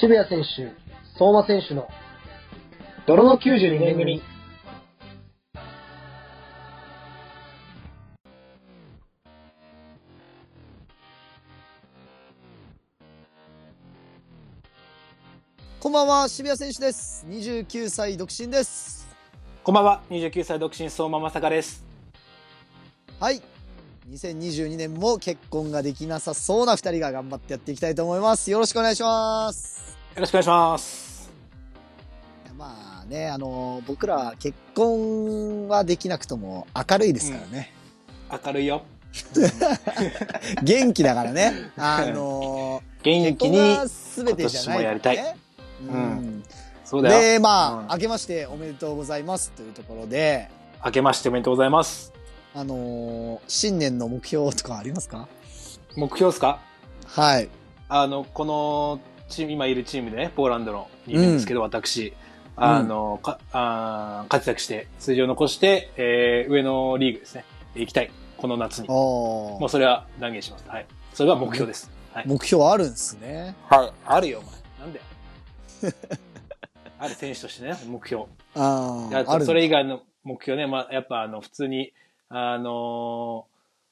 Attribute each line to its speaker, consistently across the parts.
Speaker 1: 渋谷選手、相馬選手の泥の92年組。
Speaker 2: こんばんは、渋谷選手です。29歳独身です。
Speaker 3: こんばんは、29歳独身相馬まさかです。
Speaker 2: はい。2022年も結婚ができなさそうな二人が頑張ってやっていきたいと思います。よろしくお願いします。
Speaker 3: よろしくお願いします。
Speaker 2: まあね、あの、僕らは結婚はできなくとも明るいですからね。
Speaker 3: 明るいよ。
Speaker 2: 元気だからね。あの、
Speaker 3: 元
Speaker 2: 結
Speaker 3: 気
Speaker 2: 婚
Speaker 3: に。
Speaker 2: が全てじゃない、
Speaker 3: 今年もやりたい。
Speaker 2: う
Speaker 3: うん
Speaker 2: ん。
Speaker 3: そうだよ。
Speaker 2: で、まあ、
Speaker 3: うん
Speaker 2: 明けましておめでとうございますというところで、
Speaker 3: 明けましておめでとうございます。
Speaker 2: あの、新年の目標とかありますか
Speaker 3: 目標ですか
Speaker 2: はい。
Speaker 3: あの、このチーム、今いるチームでね、ポーランドのにいるんですけど、私、あの、かあー活躍して、数字を残して、えー上のリーグですね、行きたい。この夏に。も
Speaker 2: おー
Speaker 3: うそれは断言します。はい。それが目標です。はい。
Speaker 2: 目標あるんですね。
Speaker 3: はい。あるよ、お 前。なんだよ。ある選手としてね、目標。
Speaker 2: あ
Speaker 3: で
Speaker 2: あ
Speaker 3: あ
Speaker 2: あ
Speaker 3: と
Speaker 2: る
Speaker 3: それ以外の目標ね、まあ、やっぱあの、普通に、あのー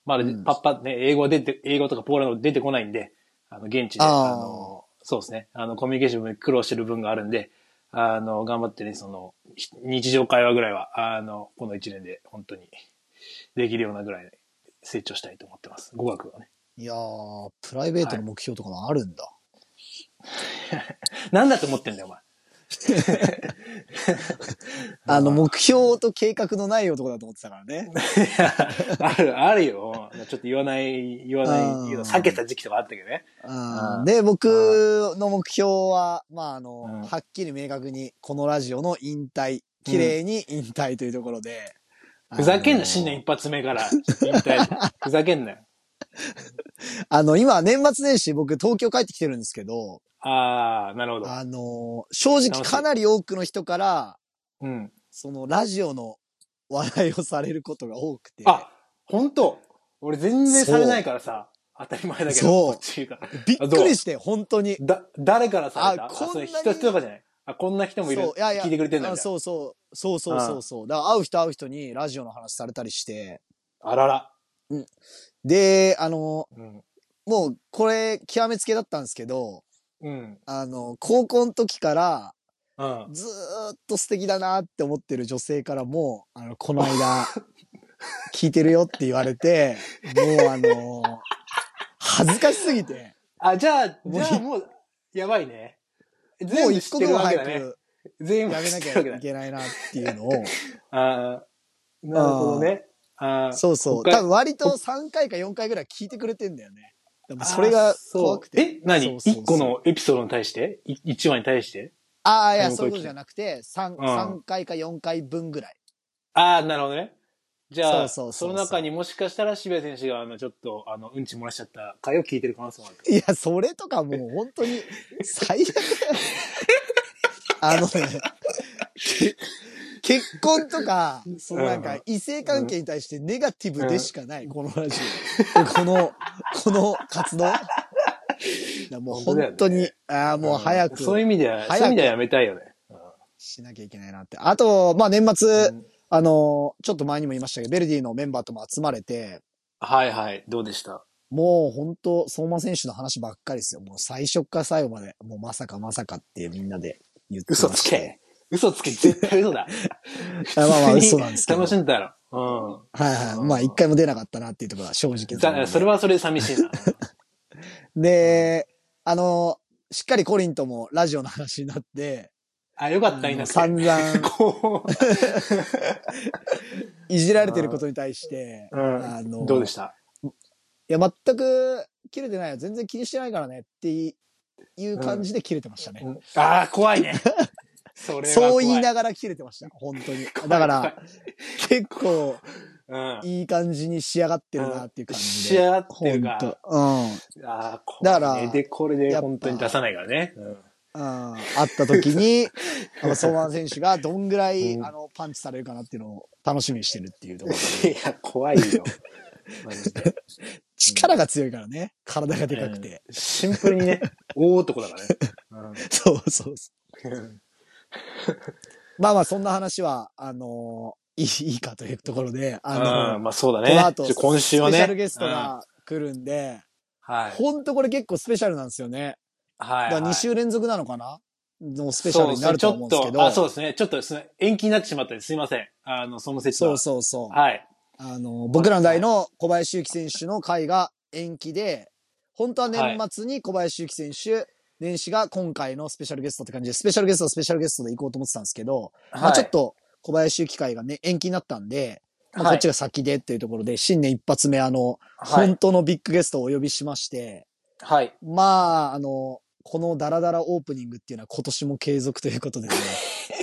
Speaker 3: まだ、
Speaker 2: うん
Speaker 3: パッパね、英語出て、英語とかポーランド出てこないんで、あの、現地で、
Speaker 2: あ
Speaker 3: あ
Speaker 2: ー
Speaker 3: のーそうですね、あの、コミュニケーションも苦労してる分があるんで、あの、頑張ってね、その、ひ日常会話ぐらいは、あの、この一年で本当にできるようなぐらい成長したいと思ってます。語学はね。
Speaker 2: いやー、プライベートの目標とかもあるんだ。
Speaker 3: なんだと思ってん だよ、お前。
Speaker 2: あの、目標と計画のない男だと思ってたからね。
Speaker 3: いやある、あるよ。ちょっと言わない、言わ
Speaker 2: あ
Speaker 3: な
Speaker 2: ー
Speaker 3: い、言うの避けた時期とかあったけどね。
Speaker 2: あ
Speaker 3: う
Speaker 2: ー
Speaker 3: ん
Speaker 2: で、僕の目標は、まあ、あ
Speaker 3: うん
Speaker 2: の、はっきり明確に、このラジオの引退、綺麗に引退というところで。
Speaker 3: ふざけんな、
Speaker 2: 新
Speaker 3: 新年
Speaker 2: 年
Speaker 3: 一発 目から。引退。ふざけんなよ。
Speaker 2: あの、今、年末年始、僕、東京帰ってきてるんですけど、
Speaker 3: ああ、なるほど。
Speaker 2: あの、正直かなり多くの人から、
Speaker 3: うん。
Speaker 2: その、ラジオの話題をされることが多くて。
Speaker 3: あ、本当俺全然されないからさ。当たり前だけど。
Speaker 2: そう
Speaker 3: こっちが
Speaker 2: びっくりして、本当に。
Speaker 3: だ、誰からされた
Speaker 2: あこんなに
Speaker 3: あそれ人人とかじゃないあ、こんな人もいる。
Speaker 2: そういやいや
Speaker 3: 聞いてくれてんだ
Speaker 2: あ
Speaker 3: みたいな
Speaker 2: そうそう。そうそうそうそう。だから会う人会う人にラジオの話されたりして。
Speaker 3: あらら。
Speaker 2: で、あの、
Speaker 3: うん。
Speaker 2: もうこれ極めつけだったんですけど、
Speaker 3: うん。
Speaker 2: あの、高校の時から
Speaker 3: うん。
Speaker 2: ずーっと素敵だなって思ってる女性からも、あの、この間、聞いてるよって言われて、もうあの、恥ずかしすぎて、
Speaker 3: あ、じゃあ、
Speaker 2: もう
Speaker 3: じゃあもう、やばいね。
Speaker 2: も
Speaker 3: 全
Speaker 2: う
Speaker 3: 部
Speaker 2: 一
Speaker 3: 知っ
Speaker 2: 個
Speaker 3: て
Speaker 2: で
Speaker 3: る
Speaker 2: も
Speaker 3: わけ
Speaker 2: 早
Speaker 3: だね。
Speaker 2: く
Speaker 3: 全
Speaker 2: や
Speaker 3: 部
Speaker 2: め
Speaker 3: 知
Speaker 2: な
Speaker 3: っ
Speaker 2: き
Speaker 3: てるわけ
Speaker 2: ゃ
Speaker 3: だ
Speaker 2: い
Speaker 3: ね。
Speaker 2: けないなっていうの を、
Speaker 3: あーなるほどね。あー
Speaker 2: そうそう。
Speaker 3: 北海
Speaker 2: 多分割と3回か4回ぐらい聞いてくれてんだよね。でもそれが怖くて。
Speaker 3: あーそうえ
Speaker 2: そう
Speaker 3: 何
Speaker 2: そうそう
Speaker 3: 一個のエピソードに対してい一話に対して
Speaker 2: ああ、いや、
Speaker 3: うん
Speaker 2: そういうことじゃなくて、3、
Speaker 3: うん
Speaker 2: 三回か4回分ぐらい。
Speaker 3: ああ、なるほどね。じゃあ、
Speaker 2: そ
Speaker 3: そう
Speaker 2: そうそうそう
Speaker 3: の中にもしかしたら渋谷選手が、あの、ちょっと、あの、うんち漏らしちゃった回を聞いてる可能性もある。
Speaker 2: いや、それとかもう本当に最悪だよ。あのね、け結婚とか、そのなん
Speaker 3: う
Speaker 2: か
Speaker 3: ん
Speaker 2: 異性関係に対してネガティブでしかない、このラジオ。この、この活動。いやもう本当に、ああ、もう早く。
Speaker 3: そういう意味では、
Speaker 2: 早く
Speaker 3: そういう意味ではやめたいよね。
Speaker 2: しなきゃいけないなって。あと、まあ、年末、
Speaker 3: うん
Speaker 2: あの、ちょっと前にも言いましたけど、ベルディのメンバーとも集まれて、
Speaker 3: はいはい、どうでした
Speaker 2: もう本当相馬選手の話ばっかりですよ。もう最初から最後まで、もうまさかまさかってみんなで言ってました
Speaker 3: 嘘つけ。嘘つけ、絶対嘘だ。
Speaker 2: あまあまあ嘘なんですけど
Speaker 3: 楽しんだろ。
Speaker 2: はいはい。まあ、一回も出なかったなっていうところは正
Speaker 3: う
Speaker 2: 直
Speaker 3: ん。だそれはそれで寂しいな。
Speaker 2: で、あの、しっかりコリンともラジオの話になって、
Speaker 3: あ、よかった、い
Speaker 2: あ
Speaker 3: な
Speaker 2: の
Speaker 3: く
Speaker 2: 散
Speaker 3: て。
Speaker 2: 々
Speaker 3: こ
Speaker 2: いじられてることに対して、
Speaker 3: う、うん、
Speaker 2: あの
Speaker 3: どうでした
Speaker 2: いや、全く切れてないよ。全然気にしてないからねっていいう感じで切れてましたね。
Speaker 3: うんああ、怖いね。それは怖い。
Speaker 2: そう言いながら切れてました。本当に。だから、結構
Speaker 3: ら、うん。
Speaker 2: いい感じに仕上がってるなっていう感じ
Speaker 3: 仕
Speaker 2: で。
Speaker 3: 上がってる
Speaker 2: 本
Speaker 3: か。
Speaker 2: 当うん。
Speaker 3: ああ、こ
Speaker 2: だから
Speaker 3: れでこれで
Speaker 2: やっぱ
Speaker 3: 本当に出さないからね。うん
Speaker 2: あった時 に、あの相馬選手がどんぐらい、
Speaker 3: うん
Speaker 2: あの、パンチされるかなっていうのを楽しみにしてるっていうところ。
Speaker 3: いや、怖い よ。マジで
Speaker 2: 力が強いからね。体がでかくて。
Speaker 3: うんシンプルにね、大男だからね。
Speaker 2: そうそうそ
Speaker 3: うん
Speaker 2: う。まあまあ、そんな話は、あのいい、いいかというところで、あの
Speaker 3: うんまあそうだ
Speaker 2: こ
Speaker 3: ね
Speaker 2: の。後、
Speaker 3: ちょ今週は
Speaker 2: スペ
Speaker 3: ね。
Speaker 2: シャルゲスト
Speaker 3: うん
Speaker 2: が来るんで、
Speaker 3: はい。
Speaker 2: ほんとこれ結構スペシャルなんですよね。
Speaker 3: はい。
Speaker 2: だから2週連続なのかなのスペシャルになると思うんですけ
Speaker 3: そうですねちょっと、
Speaker 2: ど。
Speaker 3: あ、そうですね。ちょっとですね、延期になってしまったんですいません。あの、その説
Speaker 2: そ
Speaker 3: は。
Speaker 2: うそうそう。
Speaker 3: はい。
Speaker 2: あの、僕らの代の小林祐希選手の回が延期で、本当は年末に小林祐希選手、年始が今回のスペシャルゲストって感じで、スペシャルゲストはスペシャルゲストで行こうと思ってたんですけど、まあちょっと小林祐希会がね、延期になったんで、まあ
Speaker 3: は
Speaker 2: こ
Speaker 3: い
Speaker 2: っちが先でっていうところで、新年一発目あの、
Speaker 3: はい、
Speaker 2: 本当のビッグゲストをお呼びしまして、
Speaker 3: はい。
Speaker 2: まあ、あの、このダラダラオープニングっていうのは今年も継続ということ でね、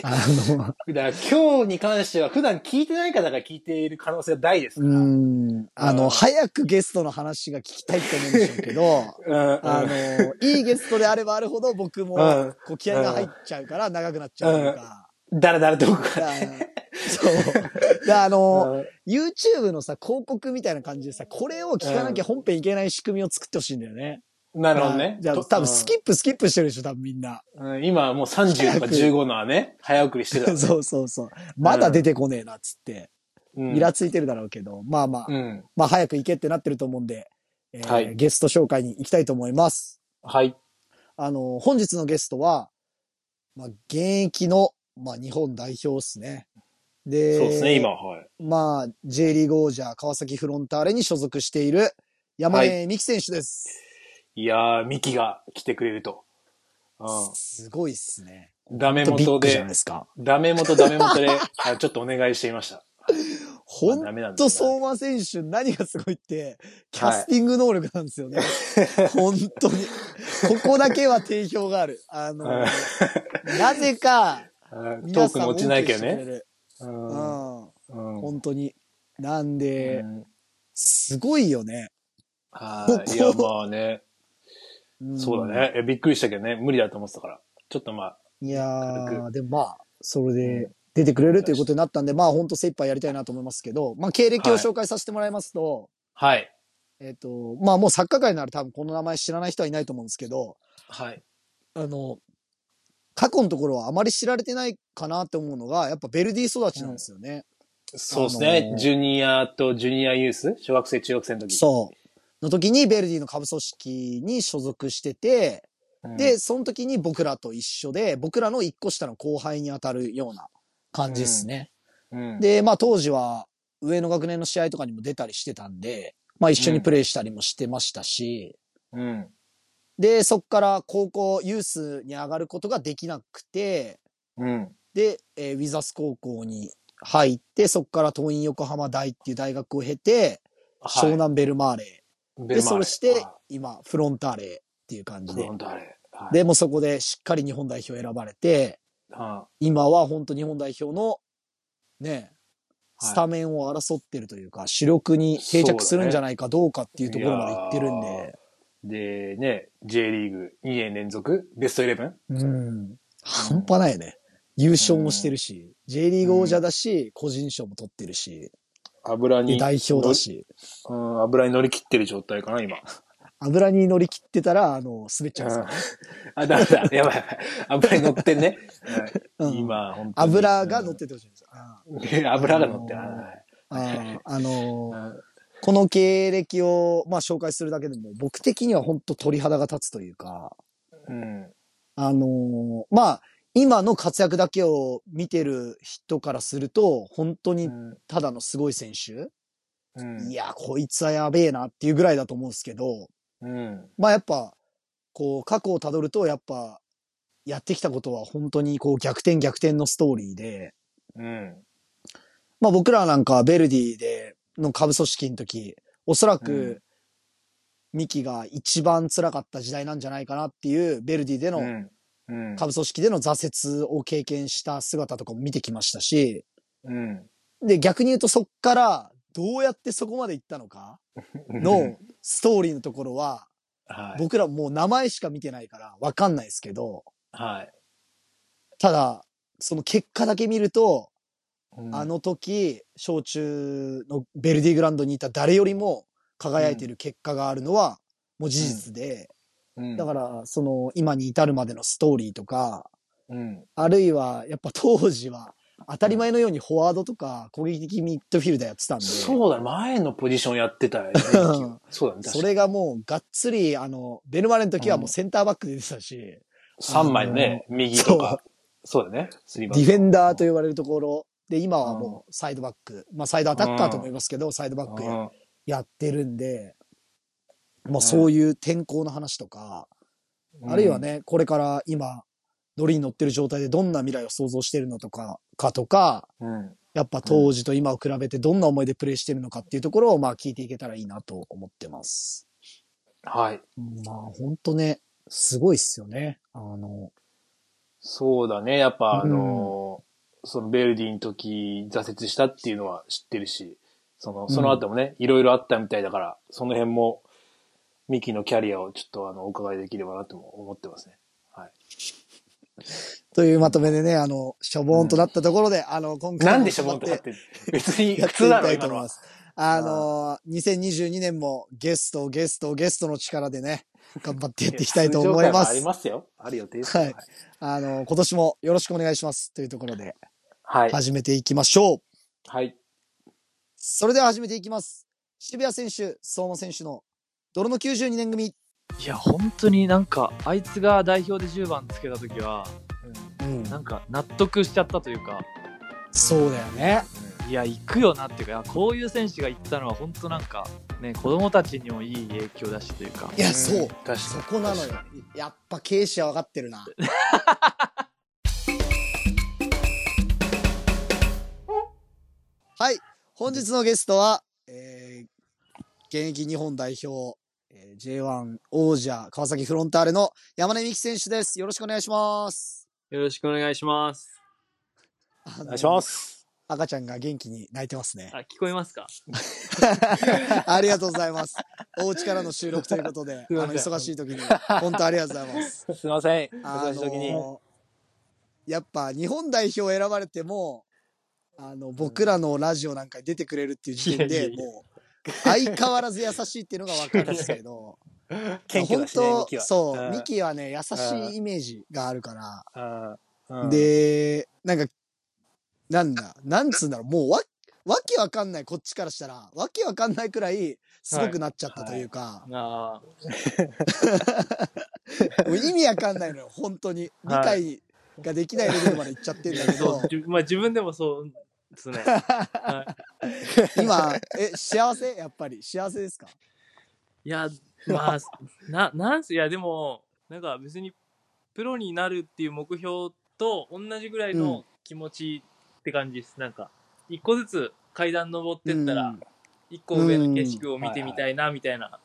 Speaker 2: あの、
Speaker 3: だから今日に関しては普段聞いてない方が聞いている可能性は大です
Speaker 2: う
Speaker 3: から。うん。
Speaker 2: ん、あ
Speaker 3: う
Speaker 2: の、
Speaker 3: ん
Speaker 2: 早くゲストの話が聞きたいと思うんでしょうけ ど、あの、いいゲストであればあるほど僕も、
Speaker 3: うん
Speaker 2: こう気合が入っちゃうから長くなっちゃうというか。
Speaker 3: だらだらと僕
Speaker 2: だ
Speaker 3: は。
Speaker 2: そう。で、あの、
Speaker 3: うん
Speaker 2: YouTube のさ、広告みたいな感じでさ、これを聞かなきゃ本編いけない仕組みを作ってほしいんだよね。
Speaker 3: なるほどね。
Speaker 2: じゃあ、
Speaker 3: と
Speaker 2: 多分スキップスキップしてるでしょ、多分みんな。
Speaker 3: うんうん今はもう30とか15のはね、早送りして た。
Speaker 2: そうそうそう。まだ出てこねえな、っつって。
Speaker 3: うん
Speaker 2: イラついてるだろうけど、まあまあ、
Speaker 3: うん。
Speaker 2: まあ早く行けってなってると思うんで、えー
Speaker 3: はい
Speaker 2: ゲスト紹介に行きたいと思います。
Speaker 3: はい。
Speaker 2: あの、本日のゲストは、まあ、現役の、まあ、日本代表ですね。で、
Speaker 3: そうですね、今は。はい。
Speaker 2: まあ、J リーグ王者、川崎フロンターレに所属している、山根美希選手です。
Speaker 3: いやー、ミキが来てくれると。う
Speaker 2: すごいっすね。
Speaker 3: ん。ダメ
Speaker 2: ビッ
Speaker 3: 元
Speaker 2: グじゃ
Speaker 3: で
Speaker 2: ないで、すか。
Speaker 3: ダメ元ダメ元で、あちょっとお願いしてい ました。
Speaker 2: ほ
Speaker 3: ダ
Speaker 2: ん
Speaker 3: メなんだ
Speaker 2: と、
Speaker 3: な
Speaker 2: 相馬選手、何がすごいって、キャスティング能力なんです よね。本当に。ここだけは定評がある。あの、
Speaker 3: はい
Speaker 2: なぜか、
Speaker 3: あト
Speaker 2: 皆
Speaker 3: ー
Speaker 2: さ
Speaker 3: ク
Speaker 2: ん
Speaker 3: も落ちないけ
Speaker 2: OK
Speaker 3: ど
Speaker 2: してくれ
Speaker 3: ね。
Speaker 2: る。
Speaker 3: うん
Speaker 2: うん。
Speaker 3: うん
Speaker 2: 本当に。なんで、
Speaker 3: うん
Speaker 2: すごいよね。
Speaker 3: はい。い
Speaker 2: こ
Speaker 3: や、
Speaker 2: こ
Speaker 3: まあね、
Speaker 2: ん
Speaker 3: そうだ。ね。いやびっくりしたけどね、無理だと思ってたから。ちょっとまあ、
Speaker 2: いや
Speaker 3: 軽
Speaker 2: ー、でもまあ、それ
Speaker 3: う
Speaker 2: で出てくれるということになったんで、まあ本当精一杯やりたいなと思いますけど、まあ経歴を紹介させてもらいますと、
Speaker 3: はい。
Speaker 2: えっ、と、まあもうサッカー界なら多分この名前知らない人はいないと思うんですけど、
Speaker 3: はい。
Speaker 2: あの、過去のところはあまり知られてないかなって思うのが、やっぱベルディ育ちなんですよね。
Speaker 3: そうです
Speaker 2: あ
Speaker 3: ね
Speaker 2: の。ー
Speaker 3: ジュニアとジュニアユース小学生、中学生の時。
Speaker 2: そう。の時にベルディの下部組織に所属してて、
Speaker 3: うん
Speaker 2: で、その時に僕らと一緒で、僕らの一個下の後輩に当たるような感じですね。
Speaker 3: うん
Speaker 2: で、まあ当時は上の学年の試合とかにも出たりしてたんで、まあ一緒にプレーしたりもしてましたし、
Speaker 3: うん。
Speaker 2: で、そっから高校ユースに上がることができなくて、
Speaker 3: うん。
Speaker 2: で、えーウィザス高校に入って、そっから東院横浜大っていう大学を経て、
Speaker 3: は
Speaker 2: 湘
Speaker 3: い
Speaker 2: 南ベルマーレ。で、
Speaker 3: ベルマー
Speaker 2: そ
Speaker 3: レ
Speaker 2: れして
Speaker 3: あ
Speaker 2: 今フロンターレっていう感じ
Speaker 3: フ
Speaker 2: で
Speaker 3: ロ。ンターレ。はい
Speaker 2: で、もうそこでしっかり日本代表選ばれて、
Speaker 3: あ
Speaker 2: 今は本当日本代表の、ね、
Speaker 3: はい
Speaker 2: スタメンを争ってるというか、主力に定着するんじゃないかどうかっていうところまで行ってるん
Speaker 3: いや
Speaker 2: で、
Speaker 3: で、ね、J リーグ2年連続、ベスト 11?
Speaker 2: うん、半端ないよね。優勝もしてるし、J リーグ王者だし、個人賞も取ってるし、
Speaker 3: 油
Speaker 2: で
Speaker 3: に、
Speaker 2: 代表だし、
Speaker 3: うん、油に乗り切ってる状態かな、今。
Speaker 2: 油に乗り切ってたら、あの、滑っちゃうんですよね。
Speaker 3: あ、だめだ。やばいやばい。油に乗ってんね。
Speaker 2: うん
Speaker 3: 今、本当に
Speaker 2: 油が乗っ。ててほしいんですよ。あ
Speaker 3: うん油が乗ってる。
Speaker 2: あのー
Speaker 3: はい
Speaker 2: ーあのー、
Speaker 3: う
Speaker 2: この経歴を、まあ、紹介するだけでも、僕的には本当鳥肌が立つというか、
Speaker 3: ん。
Speaker 2: あのーまあ、今の活躍だけを見てる人からすると、本当にただのすごい選手、
Speaker 3: うん
Speaker 2: いや、こいつはやべえなっていうぐらいだと思うんですけど、
Speaker 3: うん。
Speaker 2: まあやっぱ、こう、過去をたどると、やっぱ、やってきたことは本当にこう逆転逆転のストーリーで、
Speaker 3: うん。
Speaker 2: まあ僕らなんかはベルディでの下部組織の時、おそら
Speaker 3: うん
Speaker 2: く、ミキが一番辛かった時代なんじゃないかなっていう、ベルディでの
Speaker 3: うん。うん。
Speaker 2: 下部組織での挫折を経験した姿とかも見てきましたし、
Speaker 3: うん。
Speaker 2: で、逆に言うとそっからどうやってそこまで行ったのかの、ストーリーのところは、
Speaker 3: はい。
Speaker 2: 僕らもう名前しか見てないからわかんないですけど、
Speaker 3: はい。
Speaker 2: ただ、その結果だけ見ると、
Speaker 3: うん
Speaker 2: あの時、小中のベルディグランドにいた誰よりも輝いている結果があるのは、もう事実で、
Speaker 3: うん
Speaker 2: だから、その、今に至るまでのストーリーとか、
Speaker 3: うん。
Speaker 2: あるいは、やっぱ当時は、当たり前のようにフォワードとか攻撃的ミッドフィルダーやってたんで、
Speaker 3: そうだ、前のポジションやってたよね
Speaker 2: うん。
Speaker 3: そうだ
Speaker 2: そ
Speaker 3: ね、確かに。
Speaker 2: れがもうがっつり、あの、ベルマレの時はもうセンターバックで出てたし、
Speaker 3: 3枚のね、右とか。そうだね。スリーバ
Speaker 2: ディフェンダーと
Speaker 3: いう
Speaker 2: 呼ばれるところで、今はもうサイドバック、まあサイドアタッカーと思いますけど、サイドバックややってるんで、まあそういう天候の話とか、あるいは。ね、これから今、乗りに乗ってる状態でどんな未来を想像してるのとか、かとか、
Speaker 3: うんうん。
Speaker 2: やっぱ当時と今を比べてどんな思いでプレイしてるのかっていうところをまあ聞いていけたらいいなと思ってます。
Speaker 3: はい。
Speaker 2: まあほんとね、すごいっすよね。あの、
Speaker 3: そうだね。やっぱあのー、そのベルディの時、挫折したっていうのは知ってるし、その、その後もね、いろいろあったみたいだから、その辺も、ミキのキャリアをちょっとあの、お伺いできればなとも思ってますね。
Speaker 2: というまとめでね、あの、しょぼーんとなったところで、あの、今回も
Speaker 3: なんでしょ、ボンと立ってる別に
Speaker 2: やっ
Speaker 3: 普
Speaker 2: て
Speaker 3: 通
Speaker 2: いき
Speaker 3: だろ、
Speaker 2: たい
Speaker 3: 今
Speaker 2: と思
Speaker 3: の
Speaker 2: い
Speaker 3: は
Speaker 2: ま。す。あのー、2022年もゲスト、ゲスト、ゲストの力で ね、頑張ってやっていきたいと思いま
Speaker 3: 通常回もあり
Speaker 2: す。
Speaker 3: ますよ。ある予定です。
Speaker 2: はいあのー、今年もよろしくお願いします。というところで、
Speaker 3: はい。
Speaker 2: 始めていきましょう。
Speaker 3: はい。
Speaker 2: それでは始めていきます。渋谷選手、相馬選手の泥の92年組。
Speaker 4: いや本当になんかあいつが代表で10番つけた時は
Speaker 2: うん
Speaker 4: なんか納得しちゃったというか
Speaker 2: そうだよね。
Speaker 4: いや行くよなっていうかいやこういう選手が行ったのは本当なんかね子供たちにもいい影響だしというか
Speaker 2: いや、そう。
Speaker 3: 確かに
Speaker 2: そこなのよ。やっぱ経営者は分かってるな。はい。本日のゲストは、えー、現役日本代表、えー、J1 王者川崎フロンターレの山根美希選手です。よろしくお願いします。
Speaker 5: よろしくお願いします。
Speaker 2: お。
Speaker 3: お願いしますす。
Speaker 2: 赤ちゃんが元気に泣いてますね
Speaker 5: あ。、聞こえますか
Speaker 2: ありがとうございます。お家からの収録ということで、あ
Speaker 3: いま
Speaker 2: の、
Speaker 3: せん
Speaker 2: 忙しい時に、本当ありがとうございます。
Speaker 3: すいません。
Speaker 2: あの
Speaker 3: 忙しい時に。
Speaker 2: やっぱ日本代表選ばれても、あの、僕らのラジオなんかに出てくれるっていう時点
Speaker 4: いやい
Speaker 2: で、
Speaker 4: やいや
Speaker 2: もう、相変わらず優しいっていうのがわかるんですけど、
Speaker 3: 謙虚だしね、
Speaker 2: 本
Speaker 3: ミキ
Speaker 2: 当
Speaker 3: は。
Speaker 2: そう、
Speaker 3: ん
Speaker 2: ミキはね、優しいイメージがあるから、
Speaker 3: うんうん
Speaker 2: で、なんか、なんだ、なんつうんだろう、もうわ、わけわかんない、こっちからしたら、わけわかんないくらい、すごくなっちゃったというか、
Speaker 5: あ
Speaker 2: もう意味わかんないのよ、本当に。理
Speaker 3: は
Speaker 2: 解ができないレベルまでいっちゃってるんだ
Speaker 5: あ、
Speaker 2: けど
Speaker 5: そう、、じゅまあ自分でもそうですね。
Speaker 2: 今、え、幸せやっぱり、幸せですか
Speaker 5: いや、まあ、な、なんす、いや、でも、なんか別に、プロになるっていう目標と同じぐらいの気持ちって感じです。なんか、一個ずつ階段登ってった
Speaker 2: う
Speaker 5: ら
Speaker 2: ん、
Speaker 5: 一個上の景色を見てみたいな、みたいな、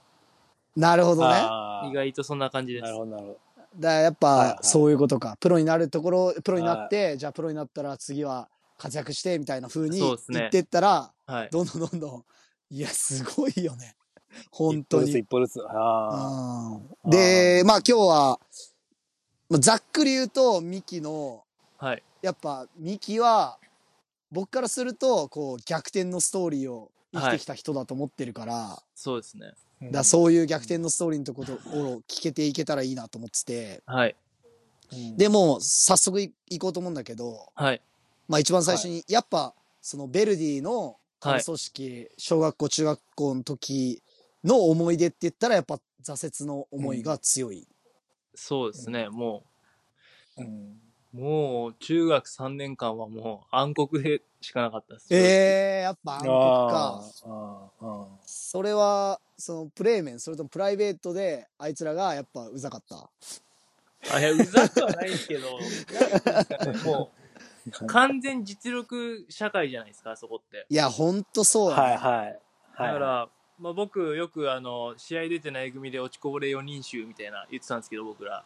Speaker 2: なるほどね。だか
Speaker 3: あー
Speaker 5: 意外とそんな感じです
Speaker 3: なる。ほど、なるほど。
Speaker 2: らやっ
Speaker 3: はい
Speaker 2: ぱ
Speaker 3: は、い
Speaker 2: そういうことか。プロになるところ、プロになって、じゃあプロになったら次は活躍して、みたいな風に
Speaker 5: そうですね
Speaker 2: 言ってったら、
Speaker 5: はい。
Speaker 2: どんどんどんどん、いや、すごいよね。
Speaker 3: 一
Speaker 2: 本
Speaker 3: 歩
Speaker 2: 当
Speaker 3: ずつ、
Speaker 2: に。
Speaker 3: 一歩ずつ。あ
Speaker 2: うんで、まあ今日は、まあざっくり言うと、ミキの、
Speaker 5: はい。
Speaker 2: やっぱミキは僕からするとこう逆転のストーリーを生きてきた人だと思ってるから,、
Speaker 5: そうですね。
Speaker 3: あ。
Speaker 2: だそういう逆転のストーリーのところを聞けていけたらいいなと思ってて
Speaker 5: はい。
Speaker 3: うん、
Speaker 2: でもう早速い行こうと思うんだけど、
Speaker 5: はい。
Speaker 2: まあ、一番最初にやっぱそのベルディの下部組織、小学校中学校の時の思い出って言ったらやっぱ挫折の思いが強い。
Speaker 5: そうですね。もう、
Speaker 3: うん
Speaker 5: もう中学3年間はもう暗黒でしかなかったです。
Speaker 2: えー、やっぱ暗黒か。
Speaker 3: あーあ
Speaker 2: それは、そのプレー面、それともプライベートで、あいつらがやっぱうざかった。
Speaker 5: あいや、うざくはないです けど、なんていうんですかねもう
Speaker 3: ー
Speaker 5: 完全実力社会じゃないですか、あそこって。
Speaker 2: いや、ほんとそうだね、
Speaker 3: はいはい。
Speaker 5: だから、
Speaker 3: は
Speaker 5: まあ、僕よくあの試合出てない組で落ちこぼれ4人集みたいな言ってたんですけど、僕ら。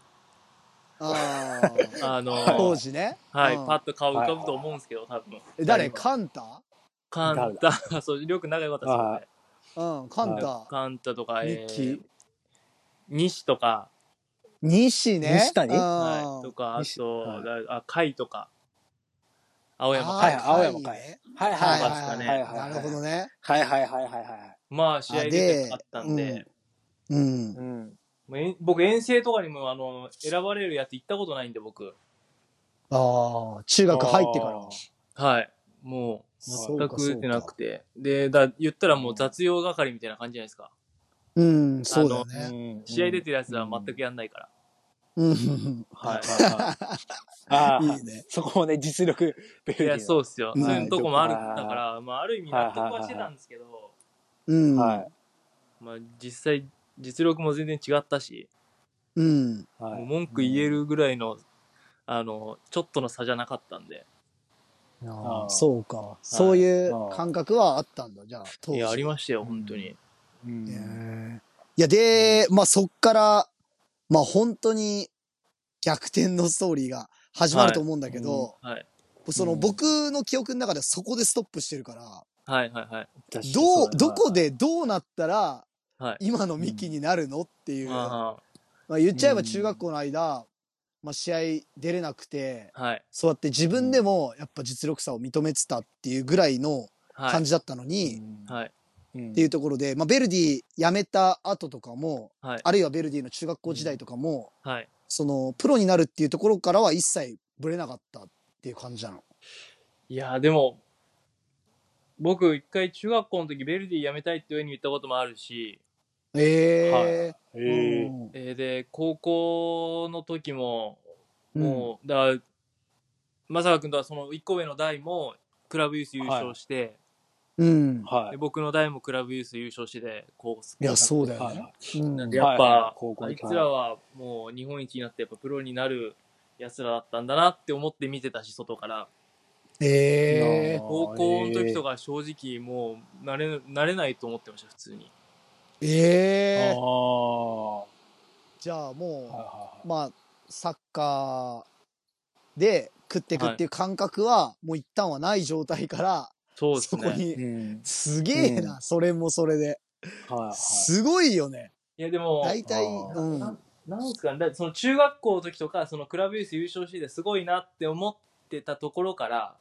Speaker 2: あー
Speaker 5: あの、
Speaker 2: 当時ね。
Speaker 5: はい、
Speaker 2: うん
Speaker 5: パッと顔浮かぶと思うんですけど、多分。
Speaker 2: え誰カンタ
Speaker 5: カンタ、 そう、よく仲良かったですよ
Speaker 3: は
Speaker 5: ね。
Speaker 2: うん、カンタ。
Speaker 5: カンタとか、え
Speaker 2: ミッキ
Speaker 5: ー
Speaker 2: ー、
Speaker 5: 西とか、
Speaker 2: 西ね。
Speaker 3: 西谷
Speaker 2: うん
Speaker 5: はい。とか、あ
Speaker 3: 西
Speaker 5: と、
Speaker 3: はい
Speaker 5: だあ、海とか、青山
Speaker 2: あー
Speaker 5: 海
Speaker 3: はい青山かい
Speaker 2: ね
Speaker 3: はい
Speaker 2: は
Speaker 3: はいい
Speaker 5: と
Speaker 2: は
Speaker 5: かですか
Speaker 2: い
Speaker 5: ね
Speaker 2: はい。なるほどね。
Speaker 3: はいはいはいはいはい。
Speaker 5: まあ、試合
Speaker 2: で
Speaker 5: で勝ったんで、
Speaker 2: うん
Speaker 3: う。ん。
Speaker 5: もうえん僕、遠征とかにも、あの、選ばれるやつ行ったことないんで、僕。
Speaker 2: ああ、中学入ってから。
Speaker 5: はい。も、
Speaker 2: そううかそ
Speaker 5: 全
Speaker 2: う
Speaker 5: く
Speaker 2: か
Speaker 5: 出てなくて。で、だ、言ったらもう雑用係みたいな感じじゃないですか。
Speaker 2: うん、そうだよね。
Speaker 3: うん
Speaker 5: 試合出てるやつは全くやんないから。
Speaker 2: うんうん
Speaker 5: はい。
Speaker 3: ああ、
Speaker 2: いいね。
Speaker 3: そこもね、実力ベ
Speaker 5: い
Speaker 3: ルギーの
Speaker 5: や、そうっすよ。
Speaker 2: うん
Speaker 5: そういうとこもある。
Speaker 3: はい
Speaker 5: だから、まあ、ある意味納得はしてたんですけど、
Speaker 2: うん。
Speaker 3: は
Speaker 5: まあ、実際、実力も全然違ったし、
Speaker 2: うん。
Speaker 3: い。は
Speaker 5: もう
Speaker 3: い。
Speaker 5: 文句言えるぐらいの、あの、ちょっとの差じゃなかったんで。
Speaker 2: あ
Speaker 3: あ
Speaker 2: ー
Speaker 3: ー
Speaker 2: そうか。そういう感覚はあったんだ、じゃあ、当
Speaker 5: い
Speaker 2: 時。
Speaker 5: や、ありましたよ、本当に。
Speaker 3: うん
Speaker 2: へーいや、で、まあそっから、まあ本当に逆転のストーリーが始まると思うんだけど、
Speaker 5: はい。
Speaker 2: その
Speaker 3: うん
Speaker 2: 僕の記憶の中ではそこでストップしてるから、
Speaker 5: はい、はい、はい。
Speaker 3: 確かに
Speaker 2: ど
Speaker 3: そう
Speaker 2: う、
Speaker 3: だ
Speaker 2: どこでどうなったら
Speaker 5: はい、
Speaker 2: 今のミキになるのっていう、ま
Speaker 5: あ
Speaker 2: あ言っちゃえば
Speaker 3: うん
Speaker 2: 中学校の間、まあ試合出れなくて、
Speaker 5: あ、はい。
Speaker 2: そうやって自分でもやっぱ実力差を認めてたっていうぐらいの
Speaker 5: は
Speaker 2: 感
Speaker 5: い。
Speaker 2: じだったのに、
Speaker 3: う
Speaker 5: はい。
Speaker 3: ん
Speaker 2: っていうところで、まあ、ベルディ辞めた後とかも、
Speaker 5: はい
Speaker 2: あるいはベルディの中学校時代とかも、
Speaker 5: はい。
Speaker 2: そのプロになるっていうところからは一切ブレなかったっていう感じなの。
Speaker 5: いや、でも、僕、一回中学校の時、ベルディ辞めたいって親に言ったこともあるし、
Speaker 2: ええ
Speaker 3: へえ
Speaker 2: うん
Speaker 5: えーで、高校の時も、
Speaker 2: うん
Speaker 5: もう、だから、まさか君とはその1個上の代も、クラブユース優勝して、
Speaker 2: うん。
Speaker 3: は
Speaker 5: で僕の代もクラブユース優勝してて、こう、
Speaker 2: いや、そうだ
Speaker 3: い。
Speaker 2: よ
Speaker 3: は
Speaker 2: ね。
Speaker 3: い。
Speaker 2: うん
Speaker 5: なんで、やっぱ、
Speaker 3: はいはい高校
Speaker 5: あ
Speaker 3: の
Speaker 5: い
Speaker 3: 時
Speaker 5: つらはもう日本一になって、やっぱプロになる奴らだったんだなって思って見てたし、外から。
Speaker 2: ええ
Speaker 5: 高校の時とか正直もう慣れ慣れないと思ってました普通に
Speaker 2: ええ
Speaker 3: ああ。は
Speaker 2: じゃあ
Speaker 3: い
Speaker 2: も
Speaker 3: は
Speaker 2: う、まあ、サッカーで食っていくっていう感覚は、もう一旦はない状態から、
Speaker 5: そうです
Speaker 2: そこ
Speaker 5: ね
Speaker 2: に、
Speaker 3: い。うん。
Speaker 2: すげえな、それもそれで。
Speaker 3: はいはい。
Speaker 2: すごいよね。
Speaker 5: いやでも
Speaker 2: 大体、
Speaker 3: あー
Speaker 2: うん。
Speaker 5: ななんすかねだってその中学校の時とかそのクラブユース優勝しててすごいなって思ってたところから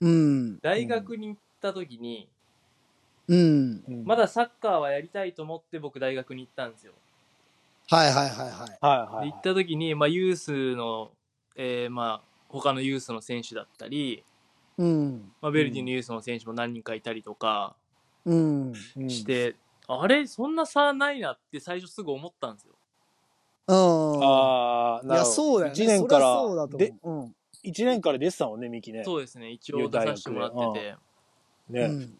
Speaker 2: うん。
Speaker 5: 大学に行った時に、
Speaker 2: うん。
Speaker 3: うん
Speaker 5: まだサッカーはやりたいと思って僕大学に行ったんですよ
Speaker 2: はいはいはいはい。
Speaker 3: はいは
Speaker 5: で
Speaker 3: い。
Speaker 5: 行った時に、まあ、ユースの、えーまあ他のユースの選手だったり、
Speaker 2: うん。
Speaker 5: まあ、ベルディのユースの選手も何人かいたりとか
Speaker 2: うん。
Speaker 3: うん
Speaker 5: して、あれそんな差ないなって最初すぐ思ったんですよ
Speaker 2: あ
Speaker 3: ああ、
Speaker 2: あ。いや、そうだよね。
Speaker 3: 1年か
Speaker 2: そりゃそうだ
Speaker 3: ら、
Speaker 2: と
Speaker 3: で、
Speaker 2: 思
Speaker 3: 一年から出てたもんね、ミキね。
Speaker 5: そうですね、一応出させてもらってて、
Speaker 2: う。う
Speaker 3: ね。
Speaker 2: ん。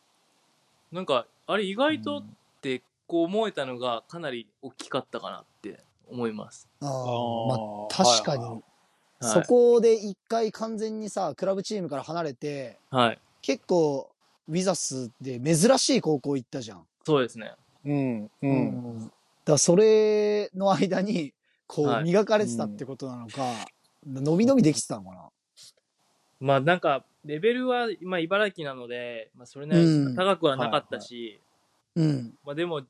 Speaker 5: なんか、あれ、意外と
Speaker 3: う
Speaker 5: っ
Speaker 3: ん
Speaker 5: て、こう思えたのが、かなり大きかったかなって思います。
Speaker 2: あ
Speaker 3: あ
Speaker 2: あ。ま
Speaker 3: ー
Speaker 2: あ、確か
Speaker 3: はいはい
Speaker 2: に。
Speaker 5: はい
Speaker 2: そこで一回完全にさ、クラブチームから離れて、
Speaker 5: はい、
Speaker 2: 結構、ウィザスで珍しい高校行ったじゃん。
Speaker 5: そうですね。
Speaker 3: うん。う。。
Speaker 2: うんだから、それの間に、こ
Speaker 5: は
Speaker 2: う、
Speaker 5: い
Speaker 2: 磨かれてたってことなのか、伸び伸びできてたのか
Speaker 5: まあ、なんか、レベルは、まあ、茨城なので、まあ、それなり
Speaker 2: うん
Speaker 5: に高くはなかったし、
Speaker 2: なうん。
Speaker 5: まあ、でも、